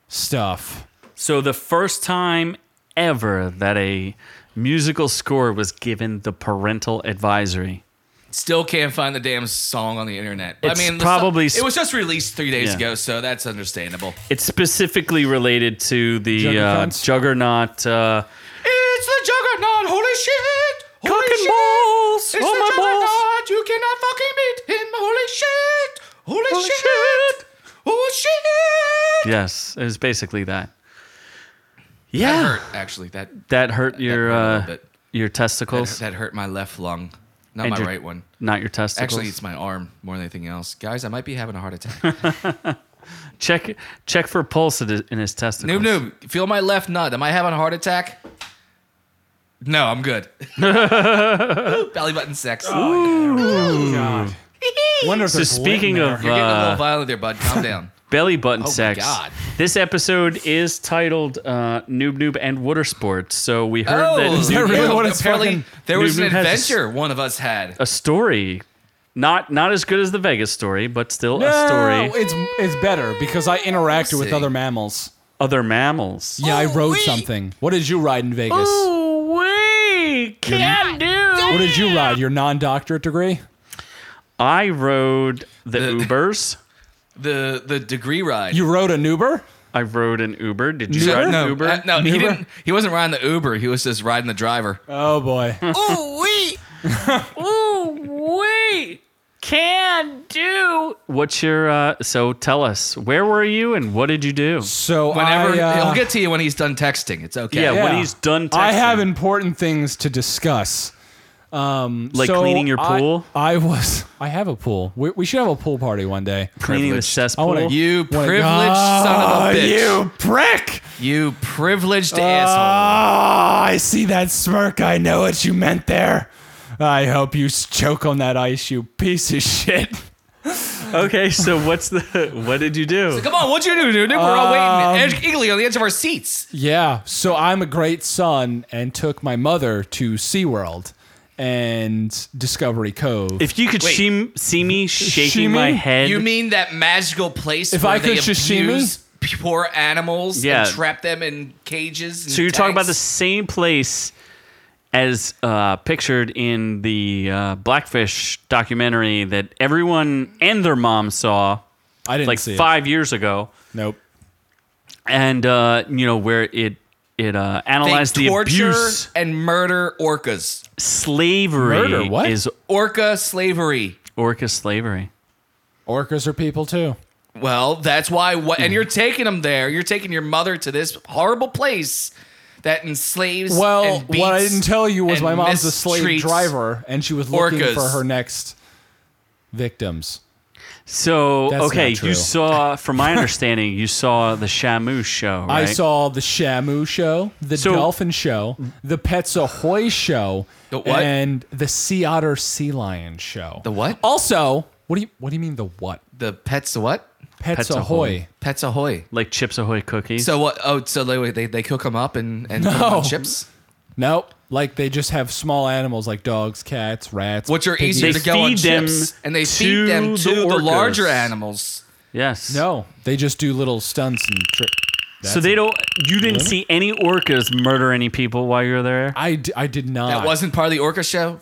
D: stuff.
A: So the first time ever that a musical score was given the parental advisory.
B: Still can't find the damn song on the internet.
A: It's
B: I mean, the
A: probably
B: song- it was just released three days
A: Yeah.
B: ago, so that's understandable.
A: It's specifically related to the uh,
D: Juggernauts?
A: juggernaut. Uh,
B: It's the juggernaut! Holy shit! Holy
A: Cock and
B: shit!
A: balls!
B: It's
A: Oh,
B: the
A: my balls!
B: juggernaut! You cannot fucking beat him! Holy shit! Holy, shit. Oh shit!
A: Yes, it was basically that.
B: That
A: Yeah,
B: hurt actually. That
A: that hurt your
B: hurt a little
A: uh,
B: bit.
A: your
B: that,
A: testicles,
B: that hurt my left lung, not
A: And
B: my
A: your-
B: right one.
A: not your testicles.
B: Actually, it's my arm more than anything else. Guys, I might be having a heart attack.
A: check check for pulse in his- in his testicles.
B: noob, noob, feel my left nut. Am I having a heart attack? No, I'm good. Ooh, Belly button sex.
D: Wonder if
A: So
D: there's
A: speaking
D: lint in
A: of
B: You're getting a little
A: uh,
B: violent there, bud. Calm down.
A: belly button
B: Oh my
A: sex,
B: God.
A: this episode is titled uh, "Noob Noob and Water Sports." So we heard Oh, that
B: Oh, is
A: Noob
D: that really
A: Noob-
D: what it's
B: apparently
D: fucking-
B: uh, there was an
A: Noob Noob has a
B: adventure one of us had.
A: a story, not not as good as the Vegas story, but still a
D: No,
A: story.
D: it's it's better because I interacted with
B: see. Oh,
D: other mammals.
A: Other mammals.
D: Yeah, I rode something. What did you ride in Vegas?
A: Wait, can do.
D: What did you ride? Your non-doctorate degree?
A: I rode the Ubers.
B: The the degree ride.
D: You rode an Uber?
A: I rode an Uber. Did you
D: Uber?
A: ride an
B: no,
A: Uber?
B: uh, no, he
D: Uber?
B: didn't. He wasn't riding the Uber. He was just riding the driver.
D: Oh boy.
B: Hmm.
A: Ooh, wait. Can do. What's your uh so tell us, where were you and what did you do?
D: So
B: Whenever
D: I, uh,
B: he'll get to you when he's done texting. It's okay.
A: Yeah,
D: yeah.
A: when he's done texting.
D: I have important things to discuss. Um,
A: Like
D: so
A: cleaning your
D: I-
A: pool?
D: I, was. I have a pool. We, we should have a pool party one day.
A: cleaning the
B: privileged.
A: cesspool.
D: wanna-
B: You
D: Wanna- Ah,
B: privileged son of a bitch. You,
D: prick!
B: privileged asshole.
D: Ah, I see that smirk. I know what you meant there. I hope you s- choke on that ice, you piece of shit.
A: okay, so what's the what did you do?
B: Come on, what'd you do, dude? We're
D: Um,
B: all waiting ed- eagerly on the edge of our seats.
D: Yeah, so I'm a great son and took my mother to SeaWorld and Discovery Cove.
A: If you could
B: Wait.
A: shim- see me shaking
D: Shimmy?
A: my head,
B: You mean that magical place
D: If
B: where
D: I
B: they
D: could sashimi?
B: abuse poor animals
A: Yeah.
B: and trap them in cages? and
A: so you're talking about the
B: tanks?
A: same place as uh, pictured in the uh, Blackfish documentary that everyone and their mom saw
D: I didn't
A: like
D: see
A: five years ago.
D: it. Nope.
A: and uh, you know where it it uh,
B: They
A: analyzed the
B: torture
A: abuse
B: and murder orcas.
A: slavery
D: Murder, what?
A: is
B: Orca slavery.
A: orca slavery.
D: Orcas are people too.
B: Well, that's why. What, and you're taking them there. You're taking your mother to this horrible place that enslaves.
D: Well,
B: and beats
D: what I didn't tell you was
B: and
D: my mom's a slave
B: mistreats.
D: driver, and she was looking
B: orcas.
D: for her next victims.
A: So
D: That's
A: okay,
D: not true.
A: you saw from my understanding you saw the Shamu show.
D: I
A: Right?
D: saw the Shamu show, the
A: So-
D: Dolphin show, the Pets Ahoy show,
B: The what?
D: and the Sea Otter Sea Lion show.
B: The what?
D: Also, what do you what do you mean the what?
B: The pets. What?
D: Pets,
A: Pets
D: Ahoy.
A: Ahoy.
B: Pets ahoy.
A: like Chips Ahoy cookies.
B: So what? Oh, so they they, they cook them up and and put 'em
D: No.
B: on chips.
D: Nope. Like they just have small animals like dogs, cats, rats.
B: Which are
D: piggies.
B: easier
A: They
B: to go on
A: feed them
B: chips, and they
A: to
B: feed them
A: the
B: to the,
A: orcas.
B: larger animals.
A: yes.
D: No, they just do little stunts and tri-
A: so they don't. You didn't see any orcas murder any people while you were there.
D: I, d- I did not.
B: That wasn't part of the orca show.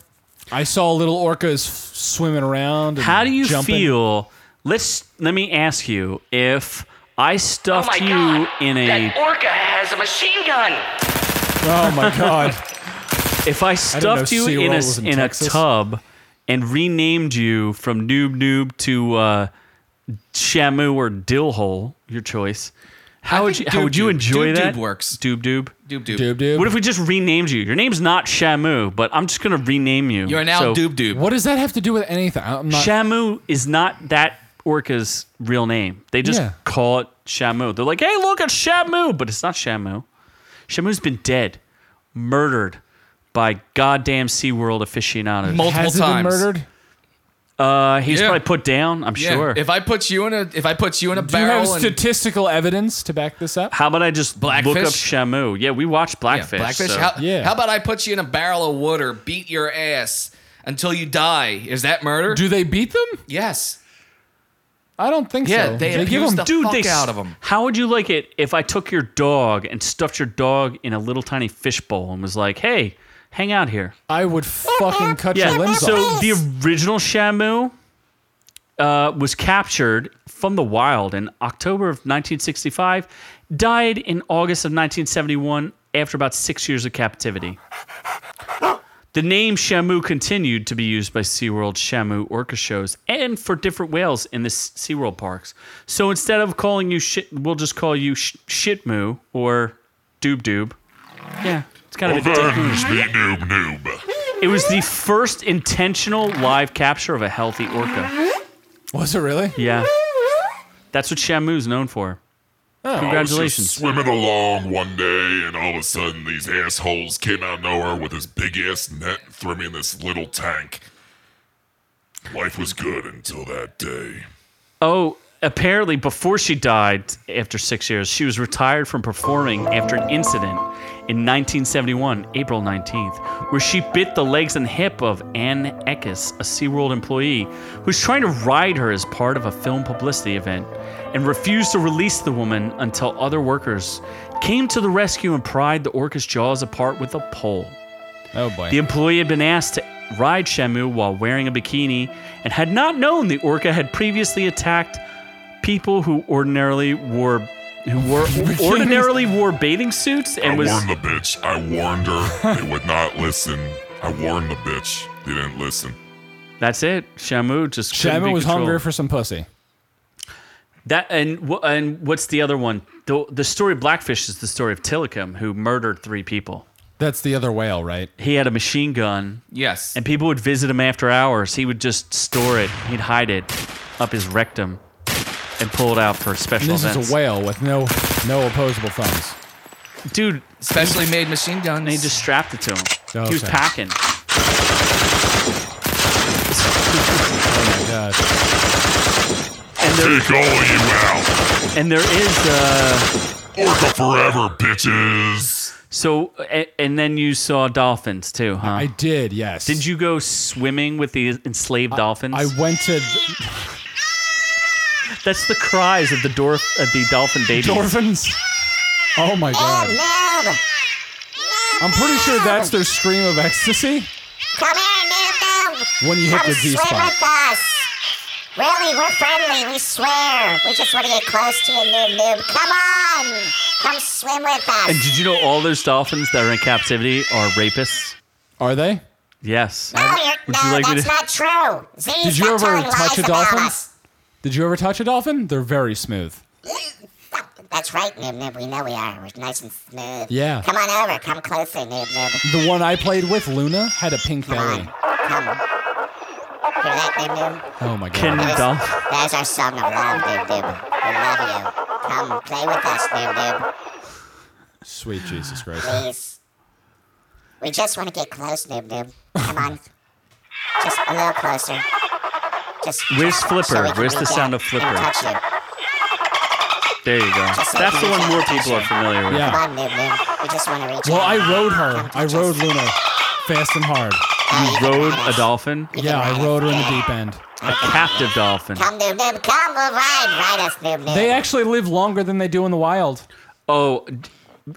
D: I saw little orcas f- swimming around. And
A: How do you
D: jumping.
A: feel? Let's let me ask you if I stuffed you in a
G: Oh That orca has a machine gun.
D: Oh my god!
A: if I
D: didn't know
A: stuffed you in
D: SeaWorld
A: a
D: was in
A: in, a
D: Texas.
A: tub and renamed you from Noob Noob to uh, Shamu or Dillhole, your choice. How would you
B: think
A: how
B: Doob
A: would you
B: Doob-
A: enjoy
B: Doob
A: that?
B: Doob works.
A: Doob Doob.
B: Doob doob.
D: Doob doob.
A: What if we just renamed you? Your name's not Shamu, but I'm just gonna rename you.
B: You're now
A: So,
B: doob doob.
D: What does that have to do with anything? I'm
B: Uh,
D: not.
A: Shamu is not that orca's real name. They just
D: Yeah.
A: call it Shamu. They're like, hey, look at Shamu, but it's not Shamu. Shamu's been dead, murdered by goddamn SeaWorld aficionados.
B: Multiple
D: has it been
B: times.
D: murdered?
A: uh, he's
B: Yeah.
A: probably put down, I'm
B: Yeah.
A: sure.
B: If I put you in a if I put you in a
D: Do you have
B: barrel and
D: statistical evidence to back this up?
A: How about I just look up
B: Blackfish?
A: Shamu? Yeah, we watched
B: yeah,
A: Blackfish.
B: blackfish.
A: so-
B: How,
D: Yeah.
B: how about I put you in a barrel of wood or beat your ass until you die? Is that murder?
D: Do they beat them?
B: yes.
D: I don't think
B: Yeah,
D: so.
B: they
D: give
B: abuse
D: them.
B: the
A: Dude,
B: fuck
A: they,
B: out of 'em.
A: How would you like it if I took your dog and stuffed your dog in a little tiny fishbowl and was like, hey, hang out here?
D: I would fucking cut
A: Yeah.
D: your limbs
A: so
D: off.
A: the original Shamu uh, was captured from the wild in October of 1965, died in August of 1971 after about six years of captivity. The name Shamu continued to be used by SeaWorld Shamu orca shows and for different whales in the s- SeaWorld parks. So instead of calling you shit, we'll just call you sh- Shitmu or Doob Doob. Yeah, it's kind of a dick move.
F: Avenge me, noob noob.
A: It was the first intentional live capture of a healthy orca.
D: Was it really?
A: Yeah. That's what Shamu's known for. Congratulations.
F: I was just swimming along one day, and all of a sudden, these assholes came out of nowhere with this big ass net and threw me in this little tank. Life was good until that day.
A: Oh, apparently, before she died after six years, she was retired from performing after an incident in 1971, April 19th, where she bit the legs and hip of Ann Eckes, a SeaWorld employee who was trying to ride her as part of a film publicity event and refused to release the woman until other workers came to the rescue and pried the orca's jaws apart with a pole.
D: Oh boy.
A: The employee had been asked to ride Shamu while wearing a bikini and had not known the orca had previously attacked people who ordinarily wore who wore ordinarily wore bathing suits
F: I
A: and was
F: warned the bitch. I warned her. they would not listen. I warned the bitch. They didn't listen.
A: that's it. Shamu just couldn't
D: Shaman
A: be
D: was
A: controlled.
D: hungry for some pussy.
A: that and wh- and what's the other one? The the story of Blackfish is the story of Tillicum who murdered three people.
D: That's the other whale, right?
A: He had a machine gun
B: Yes.
A: and people would visit him after hours. He would just store it. He'd hide it up his rectum and pull it out for special
D: This
A: events.
D: is a whale with no no opposable thumbs.
A: Dude,
B: Specially made machine guns.
A: And he just strapped it to him.
D: Oh,
A: he was
D: okay.
A: packing.
D: Oh God.
A: And there,
F: Take all you out.
A: and there is, uh,
F: Orca forever, bitches.
A: so, and, and then you saw dolphins too, huh?
D: I did, yes.
A: Did you go swimming with the enslaved dolphins?
D: I went to
A: That's the cries of the dwarf, of the dolphin babies.
D: Dorphins. Oh my god.
H: Lord,
D: I'm pretty sure that's their scream of ecstasy
H: come here, Nathan.
D: when you hit
H: Come
D: the G
H: swim
D: spot.
H: with us. Really, we're friendly, we swear. We just want to get close to you, noob noob. Come on, come swim with us.
A: And did you know all those dolphins that are in captivity are rapists?
D: Are they?
A: Yes.
H: no, you're,
A: Would
H: no
A: you like me
H: that's
A: to-
H: not true. Z's
D: Did you
H: not
D: ever
H: telling
D: touch
H: lies
D: a
H: about
D: dolphin?
H: us.
D: Did you ever touch a dolphin? They're very smooth.
H: That's right, noob noob. We know we are. We're nice and smooth.
D: Yeah.
H: Come on over. Come closer, noob noob.
D: The one I played with, Luna, had a pink
H: Come on.
D: belly.
H: Come. Hear that, noob noob?
D: Oh my
A: Can
D: god.
A: dolphins?
H: There's our song of love, Doob Doob. We love you. Come play with us, Doob Doob,
D: Sweet Jesus Christ.
H: please. We just want to get close, Doob Doob. Come on. Just a little closer. Just
A: Where's
H: so
A: Flipper?
H: we can
A: Where's the
H: reach
A: sound
H: out
A: of Flipper?
H: and touch you.
A: There you go. That's the one more people are familiar with.
D: Yeah.
H: Come on, Doob Doob. We just want to reach
D: Well, I
H: out.
D: rode her. I rode Luna fast and hard.
A: You rode a dolphin,
D: Yeah, I rode her in the deep end.
A: a captive dolphin.
H: Come, Doob Doob. Come, we'll ride. Ride us, Doob Doob.
D: They actually live longer than they do in the wild.
A: Oh, d-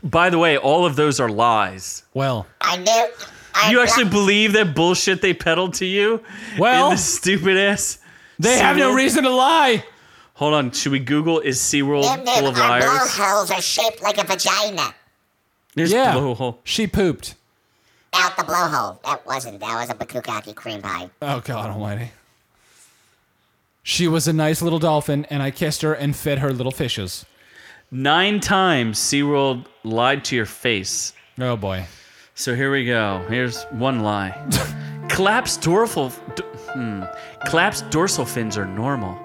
A: by the way, all of those are lies.
D: Well,
H: I knew. I
A: You actually believe that bullshit they peddled to you?
D: Well-
A: in the stupid ass.
D: they have no
A: SeaWorld?
D: reason to lie.
A: Hold on, should we Google is SeaWorld
H: Nib, nib,
A: full of
H: our
A: liars?
H: blowholes are shaped like a vagina.
A: There's
D: Yeah,
A: blowhole.
D: she pooped.
H: Out the blowhole. That wasn't. That was a bakukaki cream pie.
D: Oh God Almighty. She was a nice little dolphin, and I kissed her and fed her little fishes.
A: Nine times SeaWorld lied to your face.
D: Oh boy.
A: So here we go. Here's one lie. Collapsed dorsal, d- hmm. collapsed dorsal fins are normal.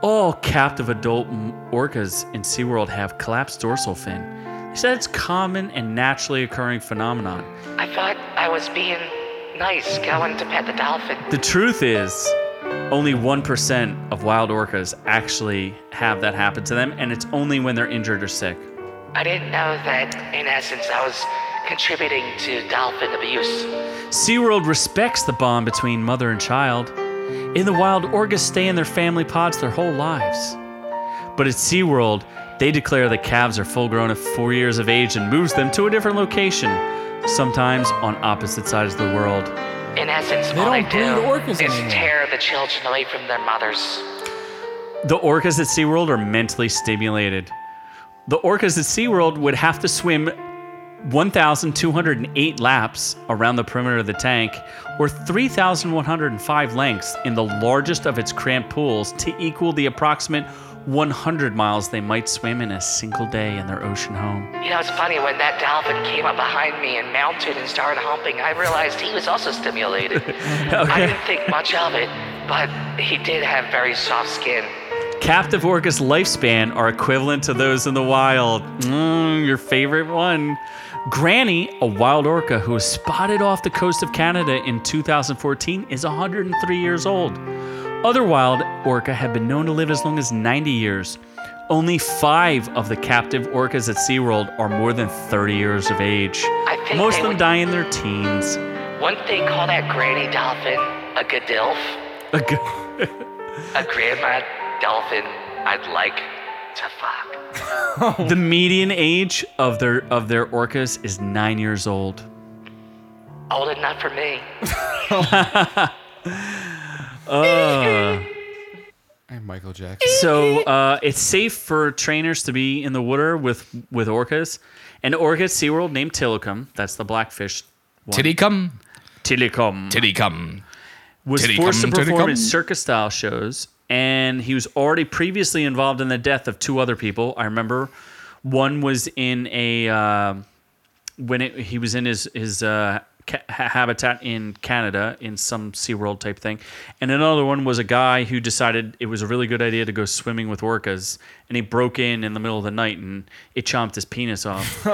A: All captive adult m- orcas in SeaWorld have collapsed dorsal fin. They said it's common and naturally occurring phenomenon.
G: I thought I was being nice going to pet the dolphin.
A: The truth is, only 1% of wild orcas actually have that happen to them, and it's only when they're injured or sick.
G: I didn't know that, in essence, I was contributing to dolphin abuse.
A: SeaWorld respects the bond between mother and child. In the wild, orcas stay in their family pods their whole lives. But at SeaWorld, they declare that calves are full grown at four years of age and moves them to a different location, sometimes on opposite sides of the world.
G: In essence, all
D: don't
G: I
D: breed orcas
G: do is
D: anymore.
G: tear the children away from their mothers.
A: The orcas at SeaWorld are mentally stimulated. The orcas at SeaWorld would have to swim 1,208 laps around the perimeter of the tank or 3,105 lengths in the largest of its cramped pools to equal the approximate 100 miles they might swim in a single day in their ocean home.
G: You know, it's funny, when that dolphin came up behind me and mounted and started humping, I realized he was also stimulated. I didn't think much of it, but he did have very soft skin.
A: Captive orcas' lifespan are equivalent to those in the wild. Mm, your favorite one. Granny, a wild orca who was spotted off the coast of Canada in 2014, is 103 years old. Other wild orca have been known to live as long as 90 years. Only five of the captive orcas at SeaWorld are more than 30 years of age.
G: think
A: Most
G: they
A: of them
G: would-
A: die in their teens.
G: Wouldn't they call that granny dolphin a gadilf?
A: A g-
G: A grandma dolphin I'd like to fuck.
A: the median age of their of their orcas is nine years old.
G: Old enough for me.
D: I'm Michael Jackson.
A: So uh, it's safe for trainers to be in the water with with orcas. An orca at SeaWorld named Tillicum, that's the blackfish one.
B: Titty come,
A: Tillicum
B: titty come.
A: was
B: Tillicum,
A: forced to perform in
B: Tillicum.
A: circus style shows, and he was already previously involved in the death of two other people. I remember one was in a uh, when it, he was in his his uh, ca- ha- habitat in Canada in some SeaWorld type thing, and another one was a guy who decided it was a really good idea to go swimming with orcas, and he broke in in the middle of the night and it chomped his penis off.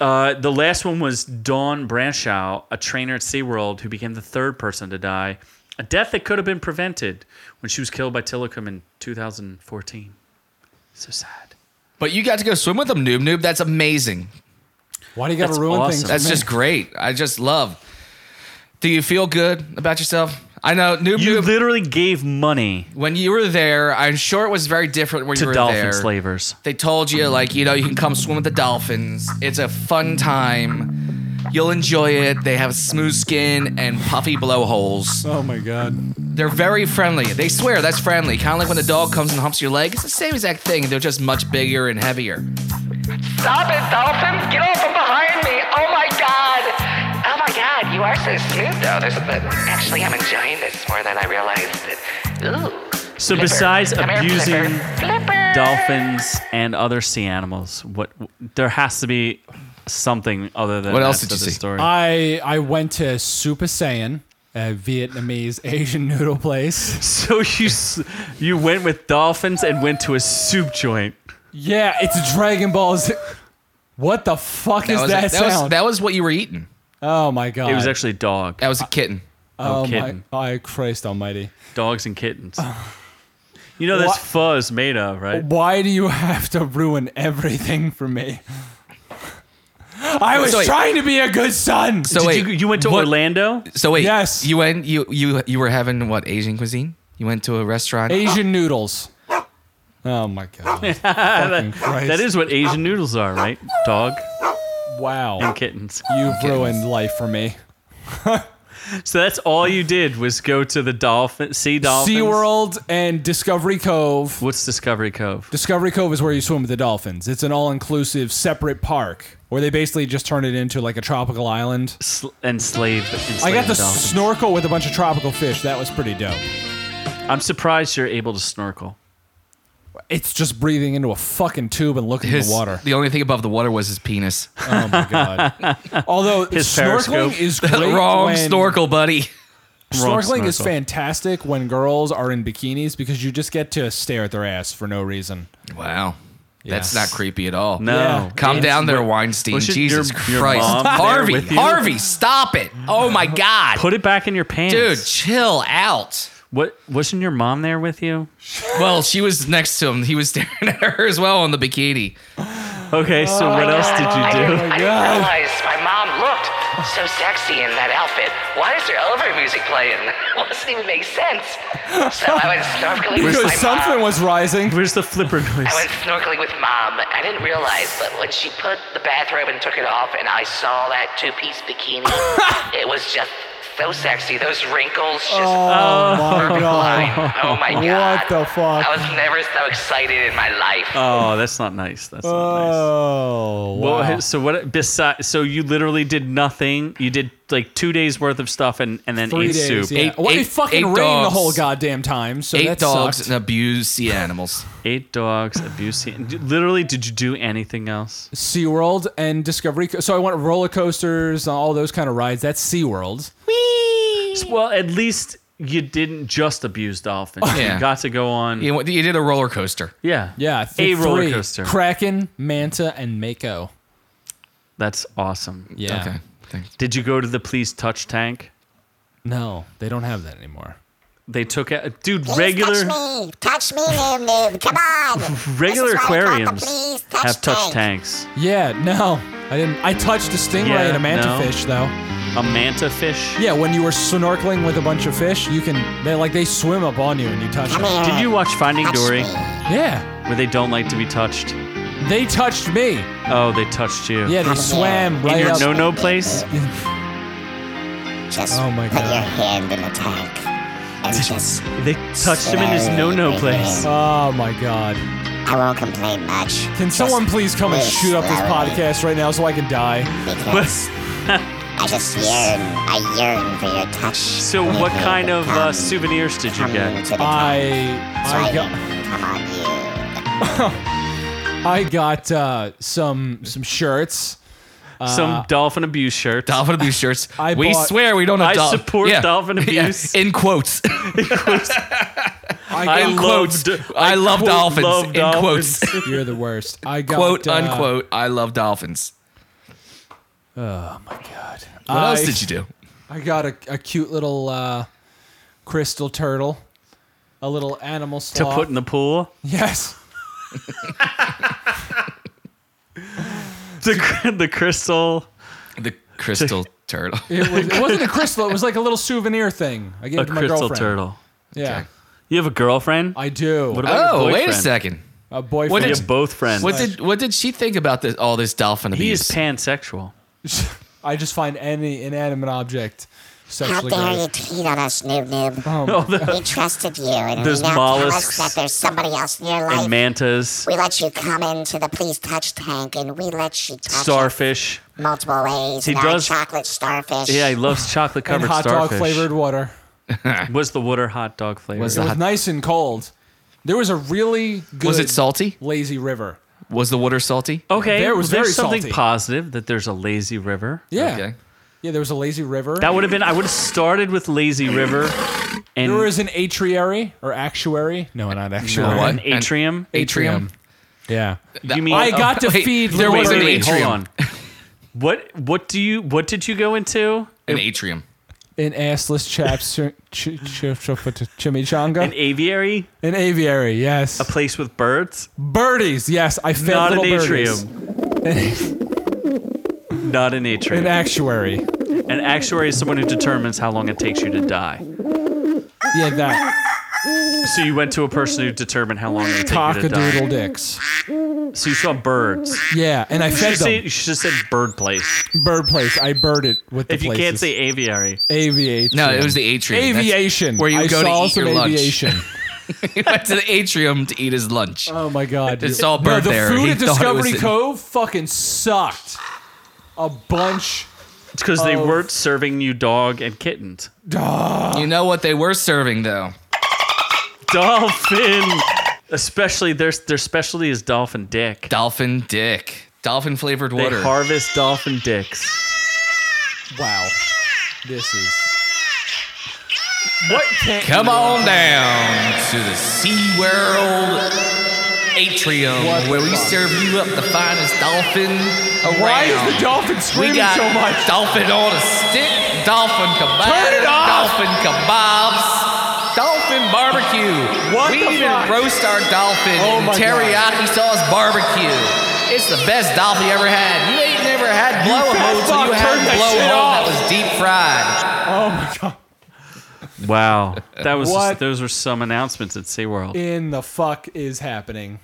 A: Uh, the last one was Dawn Branchow, a trainer at SeaWorld who became the third person to die. A death that could have been prevented when she was killed by Tillicum in 2014. So sad.
B: But you got to go swim with them, noob noob. That's amazing.
D: Why do you got
A: That's
D: to ruin
A: awesome.
D: things? for
B: That's
D: me?
B: just great. I just love. Do you feel good about yourself? I know, noob
A: You
B: noob.
A: literally gave money
B: when you were there, I'm sure it was very different when you
A: to
B: were
A: dolphin
B: there.
A: slavers.
B: They told you, like, you know, you can come swim with the dolphins. It's a fun time. You'll enjoy it. They have smooth skin and puffy blowholes.
D: Oh my God.
B: They're very friendly. They swear that's friendly. Kind of like when the dog comes and humps your leg. It's the same exact thing. They're just much bigger and heavier.
G: Stop it, dolphin! Get off from behind me! Oh my god! Oh my god, you are so smooth though. There's but actually I'm enjoying this more than I realized it. Ooh.
A: So
G: Flipper.
A: besides
G: Come here,
A: abusing
G: Flipper. Flipper.
A: dolphins and other sea animals, what there has to be something other than
B: What else
A: that
B: did
A: to
B: you
A: this
B: see?
A: Story.
D: Ah. I I went to Super Saiyan, a Vietnamese Asian noodle place.
A: so you s- you went with dolphins and went to a soup joint.
D: Yeah, it's Dragon Balls. What the fuck is
B: was
D: that
B: that,
D: sound?
B: was that was what you were eating.
D: oh my god!
A: It was actually dog.
B: That was a kitten.
D: oh
A: kitten.
D: my! I Christ Almighty!
A: dogs and kittens. You know that's
D: What?
A: fuzz made of, right?
D: Why do you have to ruin everything for me? I was
B: So wait.
D: trying to be a good son.
B: So wait,
A: Did you, you went to
B: what-
A: Orlando.
B: So wait,
D: Yes.
B: you went. You you you were having what Asian cuisine? You went to a restaurant.
D: Asian noodles. Oh my god! Fucking Christ.
A: That is what Asian noodles are, right? Dog
D: wow.
A: and kittens.
D: You've ruined life for me.
A: So that's all you did was go to the dolphin, sea
D: Oh,
A: dolphins.
D: SeaWorld and Discovery Cove.
A: What's Discovery Cove?
D: Discovery Cove is where you swim with the dolphins. It's an all-inclusive separate park where they basically just turn it into like a tropical island.
A: Sl- and slave. Enslaved
D: I got to
A: dolphins.
D: snorkel with a bunch of tropical fish. That was pretty dope.
A: I'm surprised you're able to snorkel.
D: It's just breathing into a fucking tube and looking at
B: His,
D: the water.
B: The only thing above the water was his penis.
D: Oh my god! Although snorkeling
A: periscope.
D: is great
B: Wrong
D: when-
B: snorkel, buddy.
A: Wrong
D: Snorkeling is
A: snorkel.
D: fantastic when girls are in bikinis because you just get to stare at their ass for no reason.
B: Wow. That's
D: Yes.
B: not creepy at all.
A: No.
D: Yeah.
B: Calm down there, Weinstein.
A: wasn't
B: Jesus
A: your- your
B: Christ.
A: mom there
B: Harvey,
A: with you?
B: Harvey, stop it. Oh my God.
A: Put it back in your pants.
B: Dude, chill out.
A: What wasn't your mom there with you?
B: Well, she was next to him. He was staring at her as well on the bikini.
A: Okay, so what else
G: I
A: did you do?
G: didn't, I didn't realize my mom looked so sexy in that outfit. Why is there elevator music playing? It doesn't even make sense. So I went snorkeling with my
D: Because something
G: mom.
D: was rising.
A: Where's the flipper noise?
G: I went snorkeling with mom. I didn't realize, but when she put the bathrobe and took it off, and I saw that two-piece bikini, it was just so sexy. Those wrinkles just.
D: Oh my god!
G: Oh my god.
D: What the Uh. fuck?
G: I was never so excited in my life.
A: Oh, that's not nice. That's not nice.
D: Oh
A: Well,
D: wow.
A: so what? Besides, so you literally did nothing. You did like two days worth of stuff, and and then
D: Three
A: ate
D: days.
A: soup.
D: yeah.
B: Eight-
D: well,
B: eight-
D: it fucking
B: eight
D: rained the
B: dogs.
D: whole goddamn time. So
B: Eight
D: that
B: dogs
D: sucked.
B: and abused sea animals.
A: Eight dogs, abuse. Literally, did you do anything else?
D: SeaWorld and Discovery. Co- So I went roller coasters, all those kind of rides. That's SeaWorld.
A: Well, at least you didn't just abuse dolphins.
B: Yeah.
A: You got to go on.
B: You, you did a roller coaster.
A: Yeah.
D: Yeah,
A: a
D: th-
A: roller
D: three.
A: coaster.
D: Kraken, Manta, and Mako.
A: That's awesome.
D: Yeah.
B: Okay. Thanks.
A: Did you go to the please touch tank?
D: No, they don't have that anymore.
A: They took out, dude,
H: Please
A: regular
H: Touch me, touch me, noob noob. Come on.
A: regular
H: This is why I call it the
A: aquariums
H: please
A: have touch
H: tank.
A: tanks.
D: Yeah, no, I didn't. I touched a stingray
A: Yeah,
D: and a manta
A: no.
D: fish though.
A: A manta fish.
D: Yeah, when you were snorkeling with a bunch of fish, you can they like they swim up on you and you touch
H: Come
D: them.
H: here.
A: Did you watch Finding
H: touch
A: Dory,
H: me.
D: Yeah,
A: where they don't like to be touched?
D: they touched me.
A: Oh, they touched you.
D: Yeah, they swam
A: In
D: right
A: your
D: up.
A: no-no place.
H: Just
D: Oh my
H: put
D: God.
H: your hand in the tank and just.
A: They touched him in his no-no place.
D: oh my god!
H: I won't complain much.
D: Can someone please come and shoot up this podcast right now so I can die?
H: Because I just yearn, I yearn for your touch.
A: So, what kind of uh, souvenirs did you get?
D: I I got.
H: Come on, you.
D: I got uh, some some shirts. Uh,
A: Some dolphin abuse shirt.
B: Dolphin abuse shirts.
D: I
B: we
D: bought-
B: swear we don't have
A: I
B: dol-
A: support dolphin
B: Yeah.
A: abuse.
B: In quotes.
A: I
B: In
A: loved-
B: quotes. I, love
A: quote
B: dolphins.
A: love
B: in
A: dolphins.
B: quotes.
D: You're the worst. I got
B: Quote
D: uh,
B: unquote. I love dolphins.
D: oh God.
B: What
D: I,
B: else did you do?
D: I got a, a cute little uh, crystal turtle, a little animal
A: to
D: sloth.
A: put in the pool.
D: yes.
A: The cr- the crystal.
B: The crystal turtle.
D: It, was, it wasn't a crystal. It was like a little souvenir thing. I gave
A: A
D: it to my
A: crystal
D: girlfriend.
A: turtle.
D: Yeah,
A: You have a girlfriend.
D: I do.
A: What about
B: Oh,
A: your
B: wait a
A: boyfriend?
B: second.
D: a boyfriend.
B: What
A: You
B: did-
A: have both friends.
B: What did what did she think about this all this dolphin
A: he
B: abuse?
A: is pansexual.
D: I just find any inanimate object
H: How
D: sexually.
H: dare
D: gross.
H: you cheat on us, noob noob?
A: Oh, the,
H: We trusted you, and
A: There's
H: we now tell us
A: mollusks
H: that there's somebody else in your
A: and
H: life.
A: mantas,
H: we let you come into the please touch tank, and we let you touch
A: starfish.
H: it multiple ways.
A: He
H: Now
A: does-
H: chocolate starfish.
A: Yeah, he loves chocolate
D: and
A: covered
D: hot
A: starfish.
D: dog flavored water.
A: Was the water hot dog flavored?
B: Was
D: It
B: the
D: was
B: hot-
D: nice and cold. There was a really good.
B: was it salty?
D: Lazy river.
B: Was the water salty?
A: Okay,
D: There was
A: there's
D: very
A: something
D: salty.
A: positive that there's a lazy river.
D: Yeah.
B: Okay.
D: Yeah, there was a lazy river.
A: That would have been. I would have started with lazy river, and
D: there was an atriary or actuary. No, not actuary.
B: No, what?
A: an atrium.
B: Atrium.
D: Yeah.
A: You mean
D: I got to
B: wait,
D: feed
B: there
D: little
B: was an
A: wait,
D: birdie.
A: wait,
B: atrium.
A: Hold on. What what do you what did you go into?
B: An atrium.
D: An assless chaps ch- ch- ch- chimichanga.
A: An
D: An,
A: aviary,
D: aviary, yes.
A: place with birds,
D: birdies, yes. I fed
A: not an
D: little birdies.
A: atrium. not an atrium.
D: An actuary.
A: An actuary is someone who determines how long it takes you to die.
D: Yeah, that.
A: So you went to a person who determined how long it would take you to
D: Cockadoodle
A: die.
D: dicks.
A: So you saw birds.
D: Yeah, and I
A: You
D: fed
A: should, say,
D: them
A: you should have said bird place.
D: bird place. I bird it with the
A: If you
D: places.
A: can't say aviary,
D: aviation.
B: No, it was the atrium. That's
D: aviation.
B: where you
D: I
B: go to
D: saw
B: eat
D: some
B: your lunch.
D: aviation.
B: he went to the atrium to eat his lunch.
D: Oh my god,
B: It's
D: dude.
B: all
D: no,
B: burnt
D: the
B: there.
D: food
B: He
D: at
B: thought it was
D: Discovery
B: in-
D: Cove fucking sucked. A bunch.
A: it's because they
D: Oh.
A: weren't serving you dog and kittens.
B: You know what they were serving though?
A: Dolphin, especially their their specialty is dolphin dick.
B: Dolphin dick. Dolphin flavored
A: They
B: water.
A: harvest dolphin dicks.
D: Wow, this is. What can
B: Come on down to the Sea World atrium
D: What the
B: where we
D: fuck?
B: serve you up the finest dolphin around.
D: Why is the dolphin
B: We
D: screaming
B: got
D: so much?
B: dolphin on a stick, dolphin kebab,
D: Turn it off!
B: dolphin kebabs, dolphin barbecue.
D: What
B: we
D: the
B: even
D: fuck?
B: roast our dolphin
D: Oh
B: in
D: my God.
B: teriyaki sauce barbecue. It's the best dolphin you ever had. You ain't never had blow
D: fat
B: hole
D: fuck,
B: till you
D: turn
B: had
D: that
B: blow
D: shit
B: hole that
D: off.
B: was deep fried.
D: Oh my god!
A: Wow, that was
D: What?
A: those were some announcements at SeaWorld.
D: In the fuck is happening?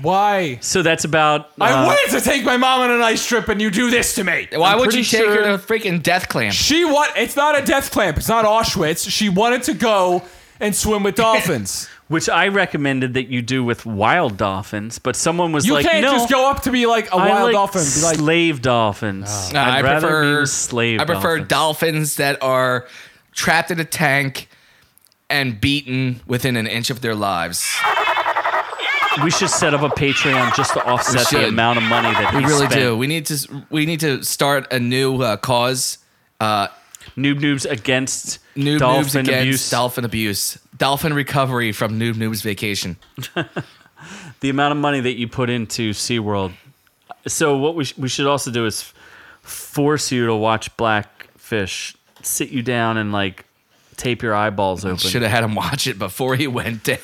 D: Why?
A: So that's about.
D: I
A: uh,
D: wanted to take my mom on an ice trip, and you do this to me.
B: Why
A: I'm
B: would you
A: pretty
B: take her
A: sure-
B: to a freaking death clamp?
D: She want. It's not a death clamp. It's not Auschwitz. She wanted to go and swim with dolphins.
A: which I recommended that you do with wild dolphins, but someone was
D: You
A: like,
D: can't
A: "No,
D: just go up to be like a
A: I
D: wild
A: like
D: dolphin. and Be like,
A: slave dolphins.
B: No,
A: I'd
B: I
A: rather
B: prefer
A: be with slave.
B: I prefer
A: dolphins.
B: dolphins that are trapped in a tank and beaten within an inch of their lives.
A: we should set up a Patreon just to offset
B: should.
A: the amount of money that
B: We
A: he
B: really
A: spent.
B: do. We need to we need to start a new uh, cause. Uh,
A: Noob noobs against
B: noob noobs
A: dolphin
B: against
A: abuse.
B: dolphin abuse, dolphin recovery from noob noobs vacation.
A: the amount of money that you put into SeaWorld. So what we sh- we should also do is force you to watch Blackfish. Sit you down and like tape your eyeballs open.
B: Should have had him watch it before he went down.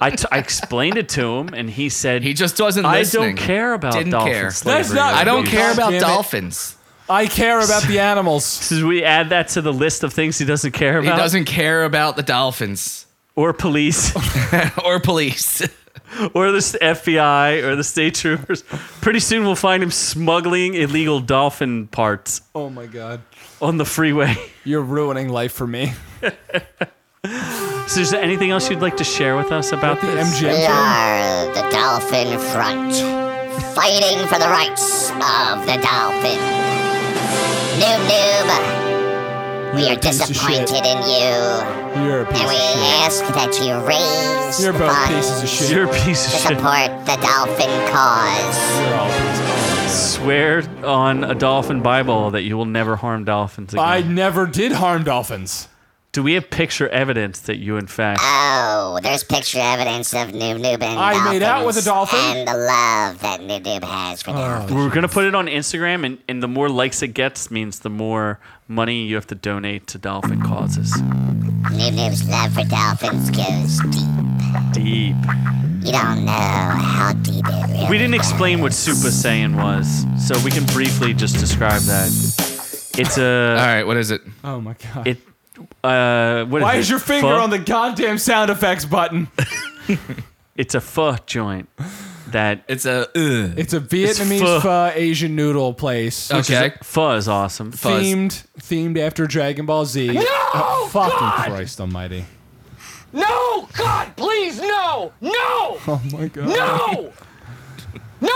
A: I, t- I explained it to him, and he said
B: He just wasn't
A: I
B: listening.
A: don't care about
B: Didn't
A: dolphin
B: care. That's
A: slavery.
D: not-
A: or
B: I don't
A: abuse."
B: care about
D: Damn it.
B: dolphins.
D: I care about the animals.
A: Should we add that to the list of things he doesn't care
B: He
A: about?
B: doesn't care about the dolphins
A: or police,
B: or police.
A: or the s- FBI, or the state troopers. Pretty soon we'll find him smuggling illegal dolphin parts
D: Oh my god,
A: on the freeway.
D: you're ruining life for me.
A: So, is there anything else you'd like to share with us about
D: The
A: this?
H: We
D: MGM.
H: are the Dolphin Front, fighting for the rights of the dolphin. Noob Noob, we are
D: piece of shit.
H: disappointed in you,
D: You're a piece
H: and we
D: of shit.
H: ask that you raise
D: You're both
H: funds
D: pieces of shit.
A: You're a piece
H: to
A: of shit.
H: support the dolphin cause.
D: You're all pieces of shit.
A: Swear on a dolphin Bible that you will never harm dolphins again.
D: I never did harm dolphins.
A: Do we have picture evidence that you, in fact,
H: Oh, there's picture evidence of Noob Noob and
D: I made out with a
H: dolphins
D: dolphin.
H: and the love that Noob Noob has
D: Oh,
H: for dolphins.
A: We're gonna put it on Instagram, and, and the more likes it gets means the more money you have to donate to dolphin causes.
H: Noob Noob's love for dolphins goes deep.
A: Deep.
H: You don't know how deep it really
A: We didn't explain what Super Saiyan was, so we can briefly just describe that. It's
B: All
A: a
B: right, what is it?
D: Oh my god.
A: it. Uh, what
D: Why
A: it?
D: is your finger
A: Pho?
D: on the goddamn sound effects button?
A: It's a pho joint that
B: It's a uh,
D: It's a Vietnamese
A: pho.
D: pho Asian noodle place.
A: which is-
B: okay.
A: Pho is awesome.
B: fuzz.
D: Themed themed after Dragon Ball Z. No, fucking Christ almighty.
I: No! God, please, no! No!
D: Oh my god.
I: No! No!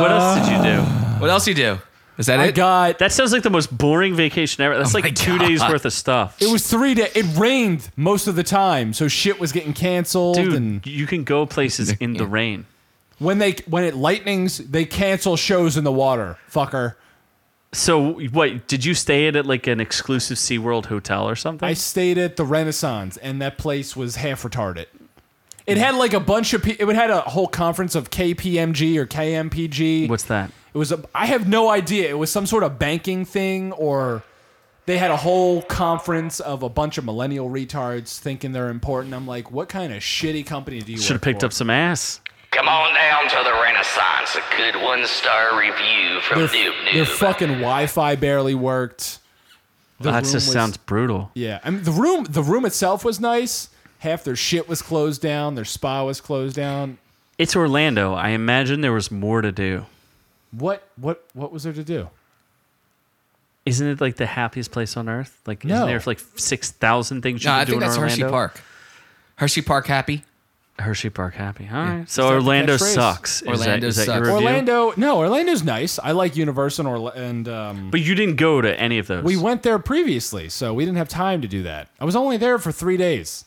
A: What else did you do?
B: What else you do? Is that
D: I
B: it?
D: got
A: That sounds like the most boring vacation ever. That's
B: my
A: like two days
B: God.
A: worth of stuff.
D: Oh it was three days. It rained most of the time, so shit was getting canceled.
A: Dude,
D: and
A: you can go places in the rain.
D: when they when it lightnings, they cancel shows in the water. Fucker.
A: So what did you stay at, at like an exclusive SeaWorld hotel or something?
D: I stayed at the Renaissance, and that place was half retarded. It had like a bunch of. Pe- it had a whole conference of KPMG or KMPG.
A: What's that?
D: It was. A, I have no idea. It was some sort of banking thing, or they had a whole conference of a bunch of millennial retards thinking they're important. I'm like, what kind of shitty company do you?
A: Should have
D: work
A: picked
D: for?
A: up some ass.
G: Come on down to the Renaissance, a good one-star review from
D: Their,
G: Noob Noob.
D: their fucking Wi-Fi barely worked. The
A: That
D: room
A: just
D: was-
A: sounds brutal.
D: Yeah, I mean the room. The room itself was nice. half their shit was closed down, their spa was closed down.
A: It's Orlando. I imagine there was more to do.
D: What what what was there to do?
A: Isn't it like the happiest place on earth? Like,
D: No.
A: isn't there like 6,000 things you
B: No,
A: can
B: I
A: do
B: think
A: in
B: that's
A: Orlando?
B: Hershey Park. Hershey Park happy.
A: Hershey Park happy. All right.
D: Is
A: So
D: that the
A: Orlando
D: catchphrase?
A: sucks. Is that-
B: Orlando
A: is that
B: sucks.
A: your review?
D: Orlando, no, Orlando's nice. I like Universal and, Orla- and um,
A: But you didn't go to any of those.
D: we went there previously, so we didn't have time to do that. I was only there for three days.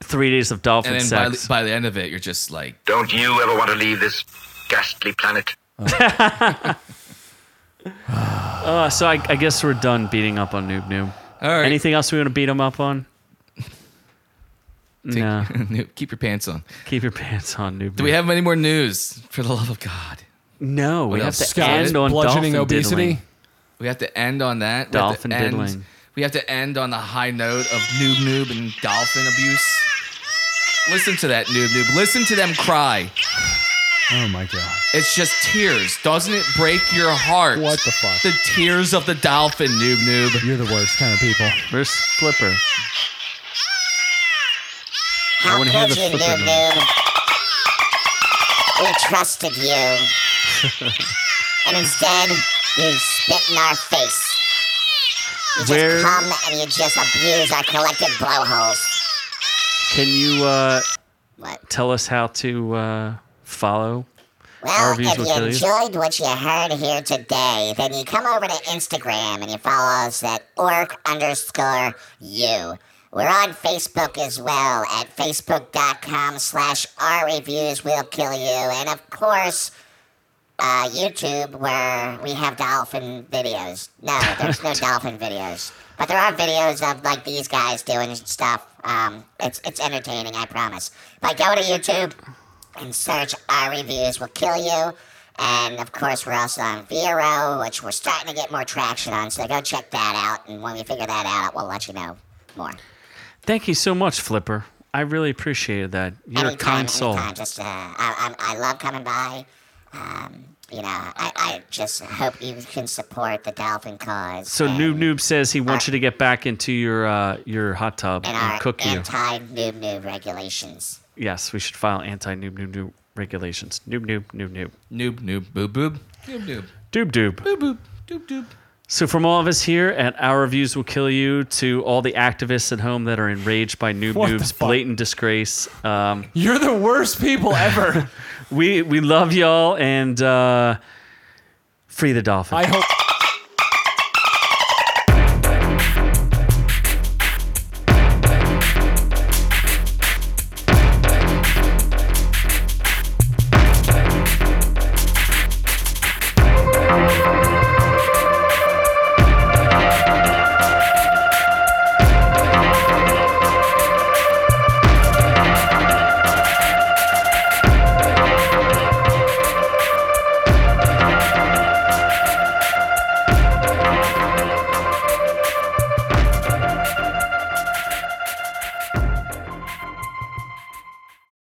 A: Three days of dolphin
B: And then by,
A: sex.
B: by the end of it, you're just like,
I: Don't you ever want to leave this ghastly planet?
A: Uh, so I, I guess we're done beating up on Noob Noob.
B: all right,
A: Anything else we want to beat him up on?
B: take-
A: no.
B: Noob, keep your pants on.
A: Keep your pants on, Noob.
B: Do we have any more news? For the love of God,
A: No, we
B: What
A: have
B: else?
A: to
B: Scott
D: is
A: end on
D: bludgeoning
A: dolphin
D: obesity.
A: diddling.
B: we have to end on that. We have to
A: Dolphin
B: end-
A: diddling.
B: We have to end on the high note of noob noob and dolphin abuse. Listen to that noob noob. Listen to them cry.
D: Oh my god!
B: It's just tears. Doesn't it break your heart?
D: What the fuck?
B: The tears of the dolphin, noob noob.
D: You're the worst kind of people.
A: Where's Flipper?
H: How
A: wanna
H: could
A: hear the
H: you,
A: flippin'
H: Noob Noob? We trusted you. and instead, you spit in our face. You
A: Where-
H: just come and you just abuse our collective blowholes.
A: Can you uh,
H: What?
A: tell us how to uh, follow? Our
H: Well,
A: reviews
H: if
A: will
H: you
A: kill you.
H: enjoyed what you heard here today, then you come over to Instagram and you follow us at orc underscore you. We're on Facebook as well at facebook.com slash our reviews will kill you. And of course, uh, YouTube where we have dolphin videos. No, there's no dolphin videos. But there are videos of like these guys doing stuff. Um, it's, it's entertaining, I promise. But go to YouTube, and search our reviews will kill you. And of course, we're also on Vero, which we're starting to get more traction on. So go check that out. And when we figure that out, we'll let you know more.
A: Thank you so much, Flipper. I really appreciated that. You're a kind soul.
H: anytime. Just uh, I, I, I love coming by. Um, you know, I, I just hope you can support the dolphin cause.
A: So
H: and,
A: Noob Noob says he wants you to get back into your uh, your hot tub
H: and
A: and,
H: our
A: cook you.
H: anti noob noob regulations.
A: Yes, we should file anti Noob Noob Noob regulations. Noob Noob Noob Noob.
B: Noob noob boob boob. Noob noob.
A: Doob Doob.
B: Boob boob. Doob doob.
A: So, from all of us here at Our Reviews Will Kill You to all the activists at home that are enraged by Noob
D: What the
A: Noob's
D: fuck?
A: blatant disgrace, um,
D: You're the worst people ever.
A: we we love y'all and uh, free the dolphin.
D: I hope.